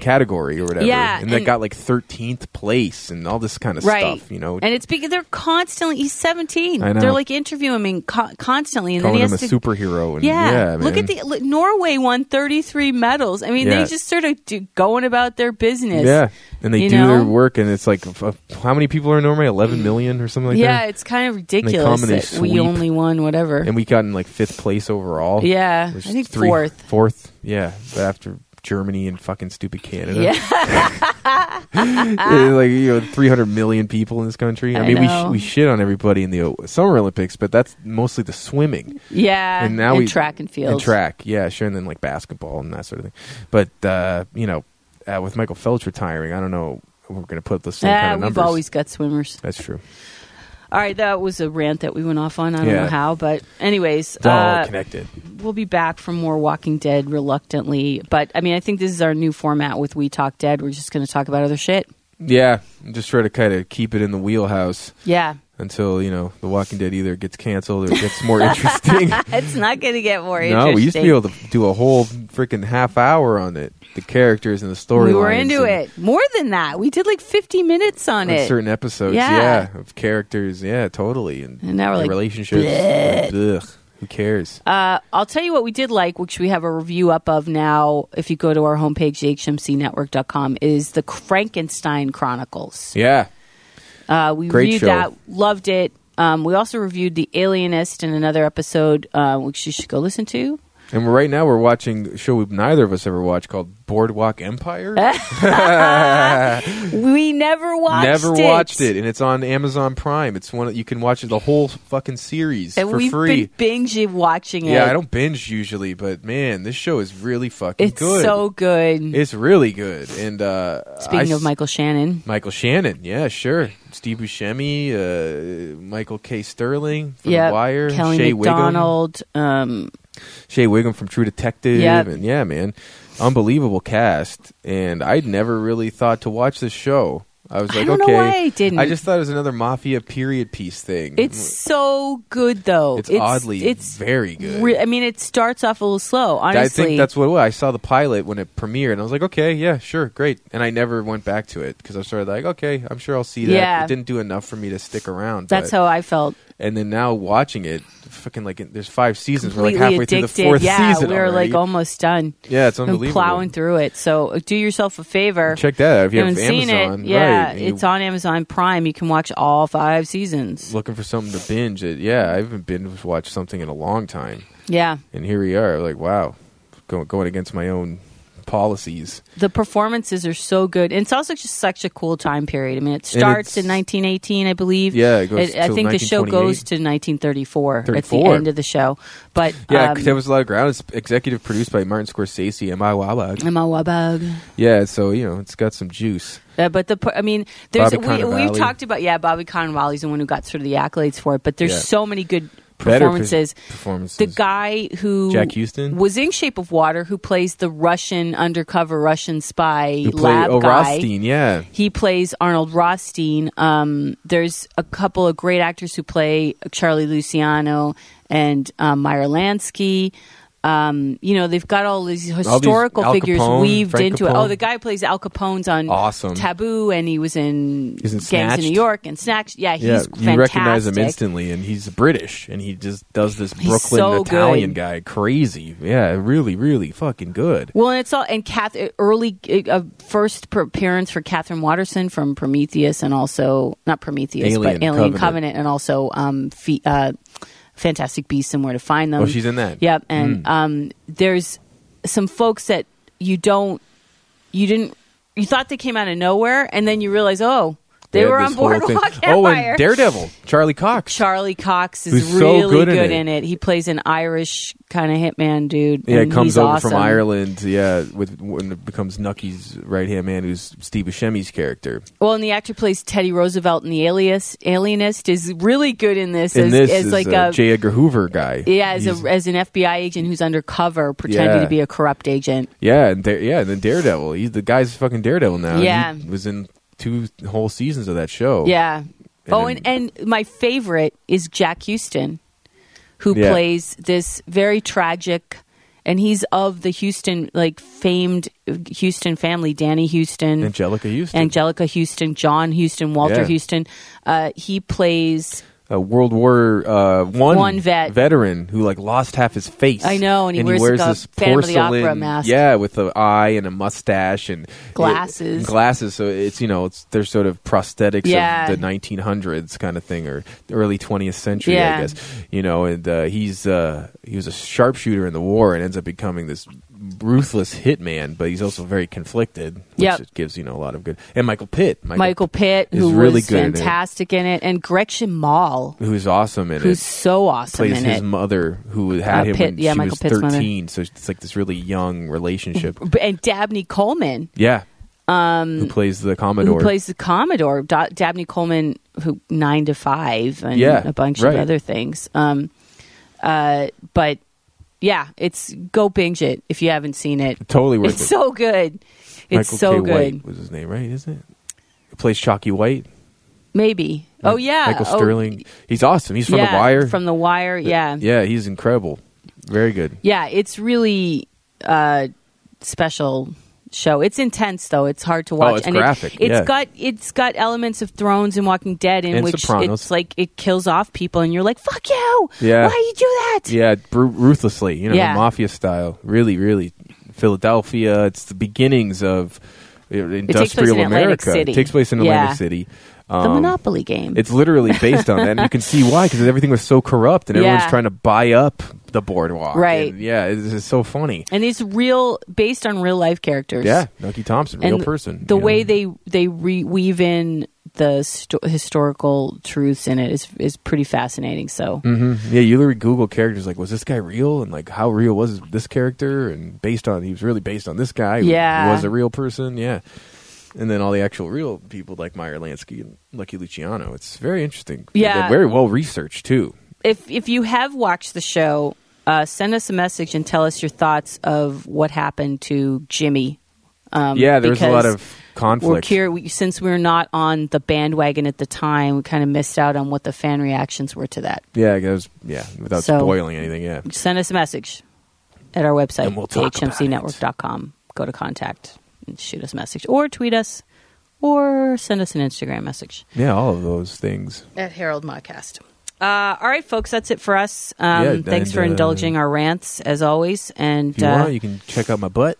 S1: category or whatever.
S2: Yeah,
S1: and, that
S2: and-
S1: got like 13th place and all this kind of
S2: Right,
S1: stuff. You know,
S2: and it's because they're constantly. He's seventeen.
S1: I know.
S2: They're like interviewing him co- constantly, and
S1: calling
S2: then he
S1: him
S2: has
S1: a
S2: to
S1: superhero. And,
S2: Yeah, look
S1: man.
S2: at the look, Norway won 33 medals. I mean,
S1: Yeah.
S2: they just sort of do, going about their business.
S1: Yeah, and they
S2: you
S1: do their
S2: know?
S1: work, and it's like, f- f- how many people are in Norway? Eleven million or something like
S2: yeah,
S1: that.
S2: it's kind of
S1: come
S2: ridiculous
S1: and they
S2: that we
S1: sweep.
S2: only won whatever.
S1: And we got in like fifth place overall.
S2: yeah, I
S1: Which
S2: think
S1: three-
S2: fourth.
S1: Fourth, yeah, after Germany and fucking stupid Canada.
S2: Yeah,
S1: Yeah, like you know, 300 million people in this country. I,
S2: I
S1: mean, we
S2: know.
S1: sh- we shit on everybody in the o- Summer Olympics, but that's mostly the swimming.
S2: yeah.
S1: and now we
S2: track and field.
S1: and track, yeah, sure, and then like basketball and that sort of thing. But uh, you know, uh, with Michael Phelps retiring, I don't know if we're going to put up the same
S2: Ah,
S1: kind of
S2: we've
S1: numbers.
S2: always got swimmers.
S1: That's true.
S2: All right, that was a rant that we went off on. I don't
S1: Yeah.
S2: know how, but anyways,
S1: It's all
S2: uh,
S1: connected.
S2: we'll be back for more Walking Dead reluctantly. But I mean, I think this is our new format with We Talk Dead. We're just going to talk about other shit.
S1: Yeah, just try to kind of keep it in the wheelhouse
S2: Yeah,
S1: until you know The Walking Dead either gets canceled or gets more interesting.
S2: it's not going to get more
S1: no,
S2: interesting.
S1: we used to be able to do a whole freaking half hour on it, the characters and the story.
S2: We were into it more than that. We did like 50 minutes on
S1: in
S2: it.
S1: certain episodes.
S2: Yeah.
S1: Yeah. of characters. Yeah, totally. And,
S2: And now we're
S1: and
S2: like,
S1: relationships.
S2: bleh.
S1: Like, ugh, who cares?
S2: Uh, I'll tell you what we did like, which we have a review up of now. If you go to our homepage, thehmcnetwork.com, is the Frankenstein Chronicles.
S1: yeah,
S2: Uh, we
S1: Great
S2: reviewed
S1: show.
S2: that, loved it. Um, we also reviewed The Alienist in another episode, uh, which you should go listen to.
S1: and right now we're watching a show we neither of us ever watched called Boardwalk Empire.
S2: We never watched
S1: Never
S2: it.
S1: watched it, and it's on Amazon Prime. It's one that you can watch the whole fucking series
S2: And
S1: for
S2: we've
S1: free.
S2: been binge watching it.
S1: yeah, I don't binge usually, but man, this show is really fucking
S2: It's
S1: good.
S2: so good.
S1: it's really good. And uh,
S2: Speaking
S1: I
S2: of Michael Shannon.
S1: Michael Shannon, yeah, sure. Steve Buscemi, uh, Michael K. Sterling from
S2: Yeah,
S1: The Wire,
S2: Kelly
S1: Shea Wiggum,
S2: McDonald. Um,
S1: Shea Wiggum from True Detective,
S2: Yep.
S1: and yeah, man, unbelievable cast. And I'd never really thought to watch this show. I was
S2: I
S1: like,
S2: don't know
S1: okay,
S2: why I didn't.
S1: I just thought it was another mafia period piece thing.
S2: It's so good, though.
S1: it's, oddly, it's very good.
S2: re- I mean, it starts off a little slow. Honestly,
S1: I think that's what it was. I saw the pilot when it premiered, and I was like, okay, yeah, sure, great. And I never went back to it because I was sort of like, okay, I'm sure I'll see that.
S2: Yeah.
S1: It didn't do enough for me to stick around.
S2: That's
S1: but-
S2: how I felt.
S1: and then now watching it, fucking like there's five seasons. We're like
S2: Completely
S1: halfway
S2: addicted.
S1: through the fourth
S2: yeah,
S1: season.
S2: we were
S1: already.
S2: like almost done.
S1: yeah, it's
S2: And
S1: unbelievable.
S2: plowing through it. So uh, do yourself a favor.
S1: Check that out if you,
S2: haven't
S1: have
S2: seen
S1: Amazon.
S2: it. Yeah,
S1: right, and
S2: it's
S1: you're
S2: on Amazon Prime. You can watch all five seasons.
S1: Looking for something to binge. It, yeah, I haven't binge watched something in a long time,
S2: Yeah,
S1: and here we are. Like wow, going going against my own policies.
S2: the performances are so good, and it's also just such a cool time period. I mean, it
S1: And
S2: starts
S1: it's-
S2: in 1918, I believe.
S1: Yeah, it goes
S2: I
S1: till
S2: think the show
S1: 1928.
S2: goes to 1934 at the
S1: 34.
S2: end of the show. But
S1: Yeah,
S2: um,
S1: 'cause there was a lot of ground. It's executive produced by Martin Scorsese and my Wawa.
S2: I'm a wabug.
S1: Yeah, so you know it's got some juice.
S2: Uh, but the, per- I mean, there's
S1: Bobby
S2: we, we've
S1: Cannavale.
S2: talked about yeah, Bobby Cannavale's the one who got sort of the accolades for it, but there's
S1: Yeah.
S2: so many good
S1: Better per-
S2: performances.
S1: performances.
S2: the guy who
S1: Jack Houston?
S2: was in Shape of Water, who plays the Russian undercover Russian spy
S1: who played
S2: lab
S1: oh,
S2: guy.
S1: Rothstein. Yeah,
S2: He plays Arnold Rothstein. Um, there's a couple of great actors who play Charlie Luciano and um, Meyer Lansky. Um, you know, they've got all these historical
S1: Al
S2: figures
S1: Capone,
S2: weaved
S1: Frank
S2: into it.
S1: Capone.
S2: Oh, the guy who plays Al Capone's on
S1: Awesome.
S2: Taboo, and he was in
S1: He's in
S2: Gangs
S1: Snatched.
S2: in New York and Snatched. Yeah, he's
S1: yeah,
S2: fantastic.
S1: you recognize him instantly, and he's British, and he just does this
S2: He's
S1: Brooklyn
S2: so
S1: Italian
S2: good.
S1: guy, crazy. Yeah, really, really fucking good.
S2: Well, and it's all and Kath early uh, first per- appearance for Catherine Watterson from Prometheus and also not Prometheus
S1: Alien
S2: but Alien
S1: Covenant.
S2: Covenant, and also um, fe- uh, Fantastic Beasts and Where to Find Them.
S1: Oh, she's in that. Hmm.
S2: Yep, and um, there's some folks that you don't, you didn't, you thought they came out of nowhere, and then you realize, oh, they,
S1: had
S2: were on
S1: this whole thing.
S2: Boardwalk
S1: Oh,
S2: Empire.
S1: and Daredevil, Charlie Cox.
S2: Charlie Cox is
S1: Who's so
S2: really
S1: good in it.
S2: good in it. He plays an Irish kind of hitman dude.
S1: yeah,
S2: and
S1: comes
S2: he's
S1: over
S2: awesome.
S1: from Ireland. Yeah, with when it becomes Nucky's right hand man, who's Steve Buscemi's character.
S2: Well, and the actor who plays Teddy Roosevelt in The Alias, Alienist is really good in this.
S1: And
S2: as,
S1: this
S2: as
S1: is
S2: like
S1: a
S2: a,
S1: J. Edgar Hoover guy.
S2: yeah, as,
S1: He's-
S2: a, as an FBI agent who's undercover pretending
S1: Yeah.
S2: to be a corrupt agent.
S1: yeah, and Dare- yeah, and then Daredevil. He's the guy's fucking Daredevil now. and
S2: Yeah.
S1: he was in two whole seasons of that show.
S2: Yeah. oh,
S1: then-
S2: and, and my favorite is Jack Houston, who
S1: Yeah.
S2: plays this very tragic, and he's of the Houston, like famed Houston family, Danny Houston,
S1: Angelica Houston.
S2: Angelica Houston, John Houston, Walter
S1: Yeah.
S2: Houston. Uh, he plays
S1: a World War uh, one,
S2: One vet.
S1: veteran who like lost half his face.
S2: I know, and he wears, like, a
S1: this
S2: Phantom of the Opera
S1: porcelain,
S2: mask.
S1: yeah, with an eye and a mustache and
S2: Glasses.
S1: it- glasses. So it's you know it's they're sort of prosthetics
S2: Yeah.
S1: of the 1900s kind of thing or early 20th century, I
S2: Yeah.
S1: guess. You know, and uh, he's uh, he was a sharpshooter in the war and ends up becoming this ruthless hitman, but he's also very conflicted, which
S2: Yep.
S1: gives you know a lot of good. And Michael Pitt, Michael,
S2: Michael Pitt,
S1: is
S2: who
S1: really
S2: was
S1: good in it.
S2: fantastic in it. and Gretchen Mall,
S1: who's awesome in
S2: who's
S1: it.
S2: so awesome
S1: plays
S2: in
S1: his
S2: it.
S1: mother who had
S2: Uh,
S1: him
S2: Pitt-
S1: when
S2: yeah,
S1: she
S2: Michael
S1: was
S2: Pitt's mother.
S1: 13 so it's like this really young relationship
S2: B- and Dabney Coleman,
S1: yeah um who plays the commodore
S2: who plays the Commodore, da- Dabney Coleman, who nine to five, and
S1: Yeah,
S2: a bunch
S1: right.
S2: of other things. Um, uh, but yeah, it's go binge it if you haven't seen it.
S1: totally worth
S2: It's
S1: it
S2: so good. It's
S1: Michael
S2: so
S1: K.
S2: good.
S1: White was his name right isn't it Who plays Chalky White
S2: Maybe. Oh yeah.
S1: Michael
S2: Oh,
S1: Sterling he's awesome he's from
S2: yeah,
S1: The Wire
S2: From the Wire. Yeah.
S1: yeah he's incredible very good
S2: Yeah, it's really uh, special show. It's intense though. It's hard to watch.
S1: Oh, it's
S2: it-
S1: graphic,
S2: it's
S1: yeah.
S2: got it's got elements of Thrones and Walking Dead in
S1: And
S2: which
S1: Sopranos.
S2: it's like it kills off people, and you're like, "Fuck you!
S1: Yeah.
S2: Why you do that?"
S1: yeah bru ruthlessly you know
S2: Yeah.
S1: mafia style really really Philadelphia it's the beginnings of uh,
S2: takes place
S1: industrial
S2: in Atlantic
S1: America
S2: City.
S1: it takes place in
S2: Yeah.
S1: Atlantic City
S2: The Monopoly game.
S1: Um, It's literally based on that, and you can see why because everything was so corrupt, and everyone's
S2: Yeah.
S1: trying to buy up the boardwalk.
S2: Right.
S1: And, yeah, it's, it's so funny.
S2: and it's real, based on real life characters.
S1: Yeah, Nucky Thompson, real
S2: and
S1: person.
S2: The
S1: you
S2: way
S1: know?
S2: they they re- weave in the sto- historical truths in it is is pretty fascinating. So
S1: Mhm. Yeah, you literally Google characters like, was this guy real? And like, how real was this character? And based on, he was really based on this guy. who
S2: Yeah.
S1: Was a real person. Yeah. And then all the actual real people like Meyer Lansky and Lucky Luciano. It's very interesting.
S2: Yeah.
S1: They're very well researched, too.
S2: if if you have watched the show, uh, send us a message and tell us your thoughts of what happened to Jimmy. Um,
S1: Yeah, there was a lot
S2: because
S1: of conflict.
S2: We're cur- we, since we were not on the bandwagon at the time, we kind of missed out on what the fan reactions were to that.
S1: Yeah, I guess, yeah, without
S2: So-
S1: spoiling anything. Yeah.
S2: Send us a message at our website,
S1: And we'll talk about it.
S2: thehmcnetwork.com. Go to contact and shoot us a message, or tweet us, or send us an Instagram message
S1: Yeah, all of those things.
S2: at Harold Modcast. Uh, all right, folks, that's it for us. Um,
S1: Yeah,
S2: thanks
S1: and,
S2: for
S1: uh,
S2: indulging our rants as always. And
S1: If you
S2: uh,
S1: want, you can check out my butt.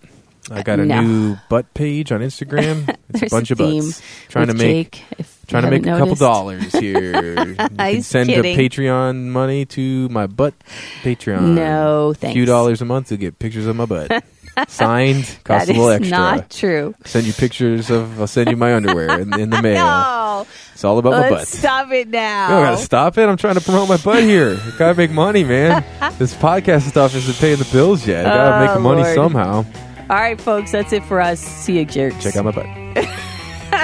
S1: I got a
S2: no.
S1: new butt page on Instagram. It's a
S2: There's
S1: bunch
S2: a
S1: of butts.
S2: theme
S1: Trying to
S2: with
S1: make
S2: Jake, if you
S1: trying to make
S2: haven't
S1: a couple
S2: noticed.
S1: dollars here. you can
S2: He's
S1: send
S2: kidding.
S1: the Patreon money to my butt Patreon.
S2: No,
S1: A
S2: thanks.
S1: few dollars a month you'll get pictures of my butt. Signed, cost
S2: That
S1: a
S2: is
S1: little extra.
S2: not true.
S1: Send you pictures of I'll send you my underwear in, in the mail.
S2: No,
S1: It's all about my butt.
S2: let's stop it now.
S1: You don't gotta stop it. I'm trying to promote my butt here. I gotta make money, man. this podcast stuff isn't paying the bills yet. I gotta
S2: Oh,
S1: make money
S2: Lord.
S1: somehow.
S2: All right, folks, that's it for us. See you, jerks.
S1: Check out my butt.